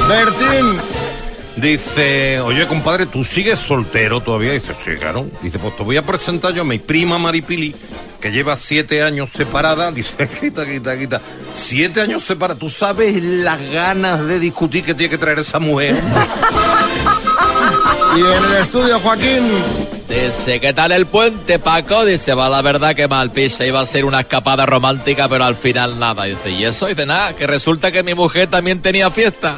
[SPEAKER 3] Bertín.
[SPEAKER 7] Dice, oye, compadre, ¿tú sigues soltero todavía? Dice, sí, claro. Dice, pues te voy a presentar yo a mi prima Maripili, que lleva siete años separada. Dice, quita, quita, quita. Siete años separada. ¿Tú sabes las ganas de discutir que tiene que traer esa mujer?
[SPEAKER 3] Y en el estudio, Joaquín.
[SPEAKER 2] Dice, ¿qué tal el puente, Paco? Dice, va, la verdad que mal pisa, iba a ser una escapada romántica, pero al final nada. Dice, y eso, dice, nada, que resulta que mi mujer también tenía fiesta.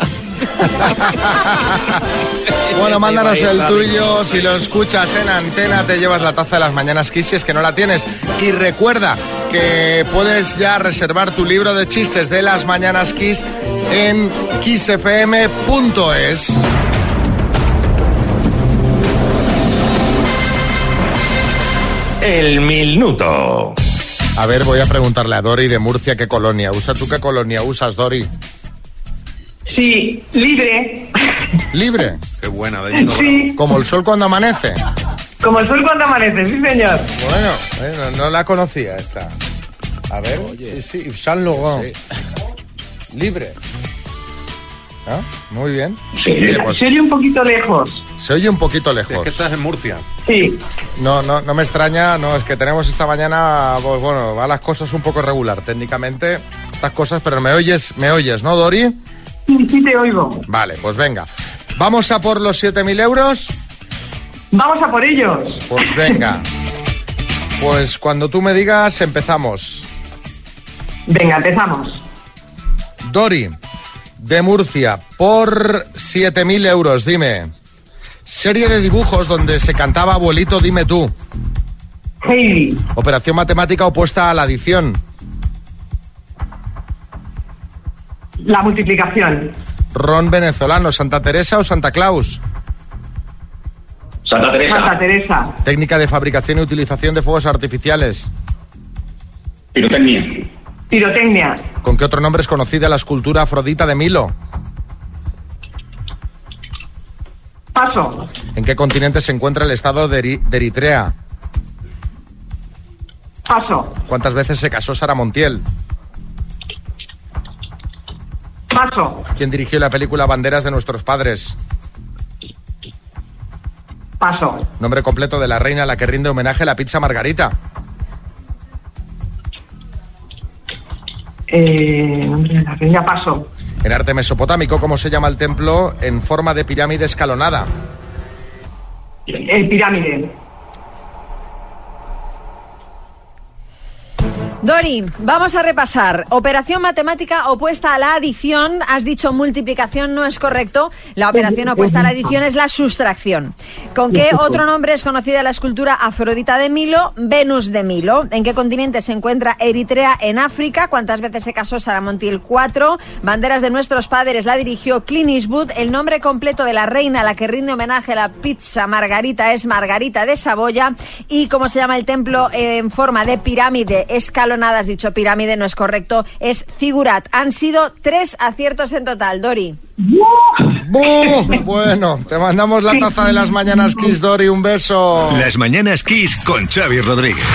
[SPEAKER 3] Bueno, mándanos el tuyo. Si lo escuchas en antena, te llevas la taza de las mañanas Kiss si es que no la tienes. Y recuerda que puedes ya reservar tu libro de chistes de las mañanas Kiss en kissfm.es.
[SPEAKER 7] El minuto.
[SPEAKER 3] A ver, voy a preguntarle a Dori de Murcia qué colonia usa. ¿Tú qué colonia usas, Dori?
[SPEAKER 16] Sí, libre.
[SPEAKER 3] ¿Libre?
[SPEAKER 7] Qué buena, de
[SPEAKER 16] Sí,
[SPEAKER 3] Como el sol cuando amanece.
[SPEAKER 16] como el sol cuando amanece, sí, señor.
[SPEAKER 3] Bueno, eh, no, no la conocía esta. A ver, sí, sí, San Lugo. Libre. Ah, Muy bien. pues
[SPEAKER 16] Se oye- se oye un poquito lejos.
[SPEAKER 3] Se oye un poquito lejos.
[SPEAKER 7] Es que estás en Murcia.
[SPEAKER 16] Sí.
[SPEAKER 3] No, no, no me extraña, no, es que tenemos esta mañana, pues, bueno, va las cosas un poco regular técnicamente, estas cosas, pero me oyes, me oyes, ¿no, Dori?
[SPEAKER 16] Sí, sí te oigo.
[SPEAKER 3] Vale, pues venga. ¿Vamos a por los 7.000 euros?
[SPEAKER 16] Vamos a por ellos.
[SPEAKER 3] Pues venga. Pues cuando tú me digas, empezamos.
[SPEAKER 16] Venga, empezamos.
[SPEAKER 3] Dori, de Murcia, por 7.000 euros, dime. Serie de dibujos donde se cantaba Abuelito, dime tú.
[SPEAKER 16] Heidi.
[SPEAKER 3] Operación matemática opuesta a la adición.
[SPEAKER 16] La multiplicación.
[SPEAKER 3] Ron venezolano, Santa Teresa o Santa Claus.
[SPEAKER 16] Santa Teresa. Santa Teresa.
[SPEAKER 3] Técnica de fabricación y utilización de fuegos artificiales.
[SPEAKER 16] Pirotecnia. Pirotecnia.
[SPEAKER 3] ¿Con qué otro nombre es conocida la escultura Afrodita de Milo?
[SPEAKER 16] Paso.
[SPEAKER 3] ¿En qué continente se encuentra el estado de, Eri- de Eritrea?
[SPEAKER 16] Paso.
[SPEAKER 3] ¿Cuántas veces se casó Sara Montiel?
[SPEAKER 16] Paso.
[SPEAKER 3] ¿Quién dirigió la película Banderas de nuestros padres?
[SPEAKER 16] Paso.
[SPEAKER 3] Nombre completo de la reina a la que rinde homenaje la pizza Margarita.
[SPEAKER 16] Eh, nombre de la reina, paso.
[SPEAKER 3] En arte mesopotámico, ¿cómo se llama el templo en forma de pirámide escalonada?
[SPEAKER 16] Eh, pirámide.
[SPEAKER 5] Dori, vamos a repasar. Operación matemática opuesta a la adición. Has dicho multiplicación no es correcto. La operación opuesta a la adición es la sustracción. ¿Con qué otro nombre es conocida la escultura Afrodita de Milo, Venus de Milo? ¿En qué continente se encuentra Eritrea en África? ¿Cuántas veces se casó Sara Montiel? Cuatro. Banderas de nuestros padres la dirigió Clint Eastwood. El nombre completo de la reina a la que rinde homenaje la pizza Margarita es Margarita de Saboya. Y cómo se llama el templo en forma de pirámide escalonada, has dicho pirámide, no es correcto, es figurat. Han sido tres aciertos en total, Dori.
[SPEAKER 3] ¡Bum! Bueno, te mandamos la taza de las mañanas, Kiss Dory. Un beso.
[SPEAKER 28] Las mañanas Kiss con Xavi Rodríguez.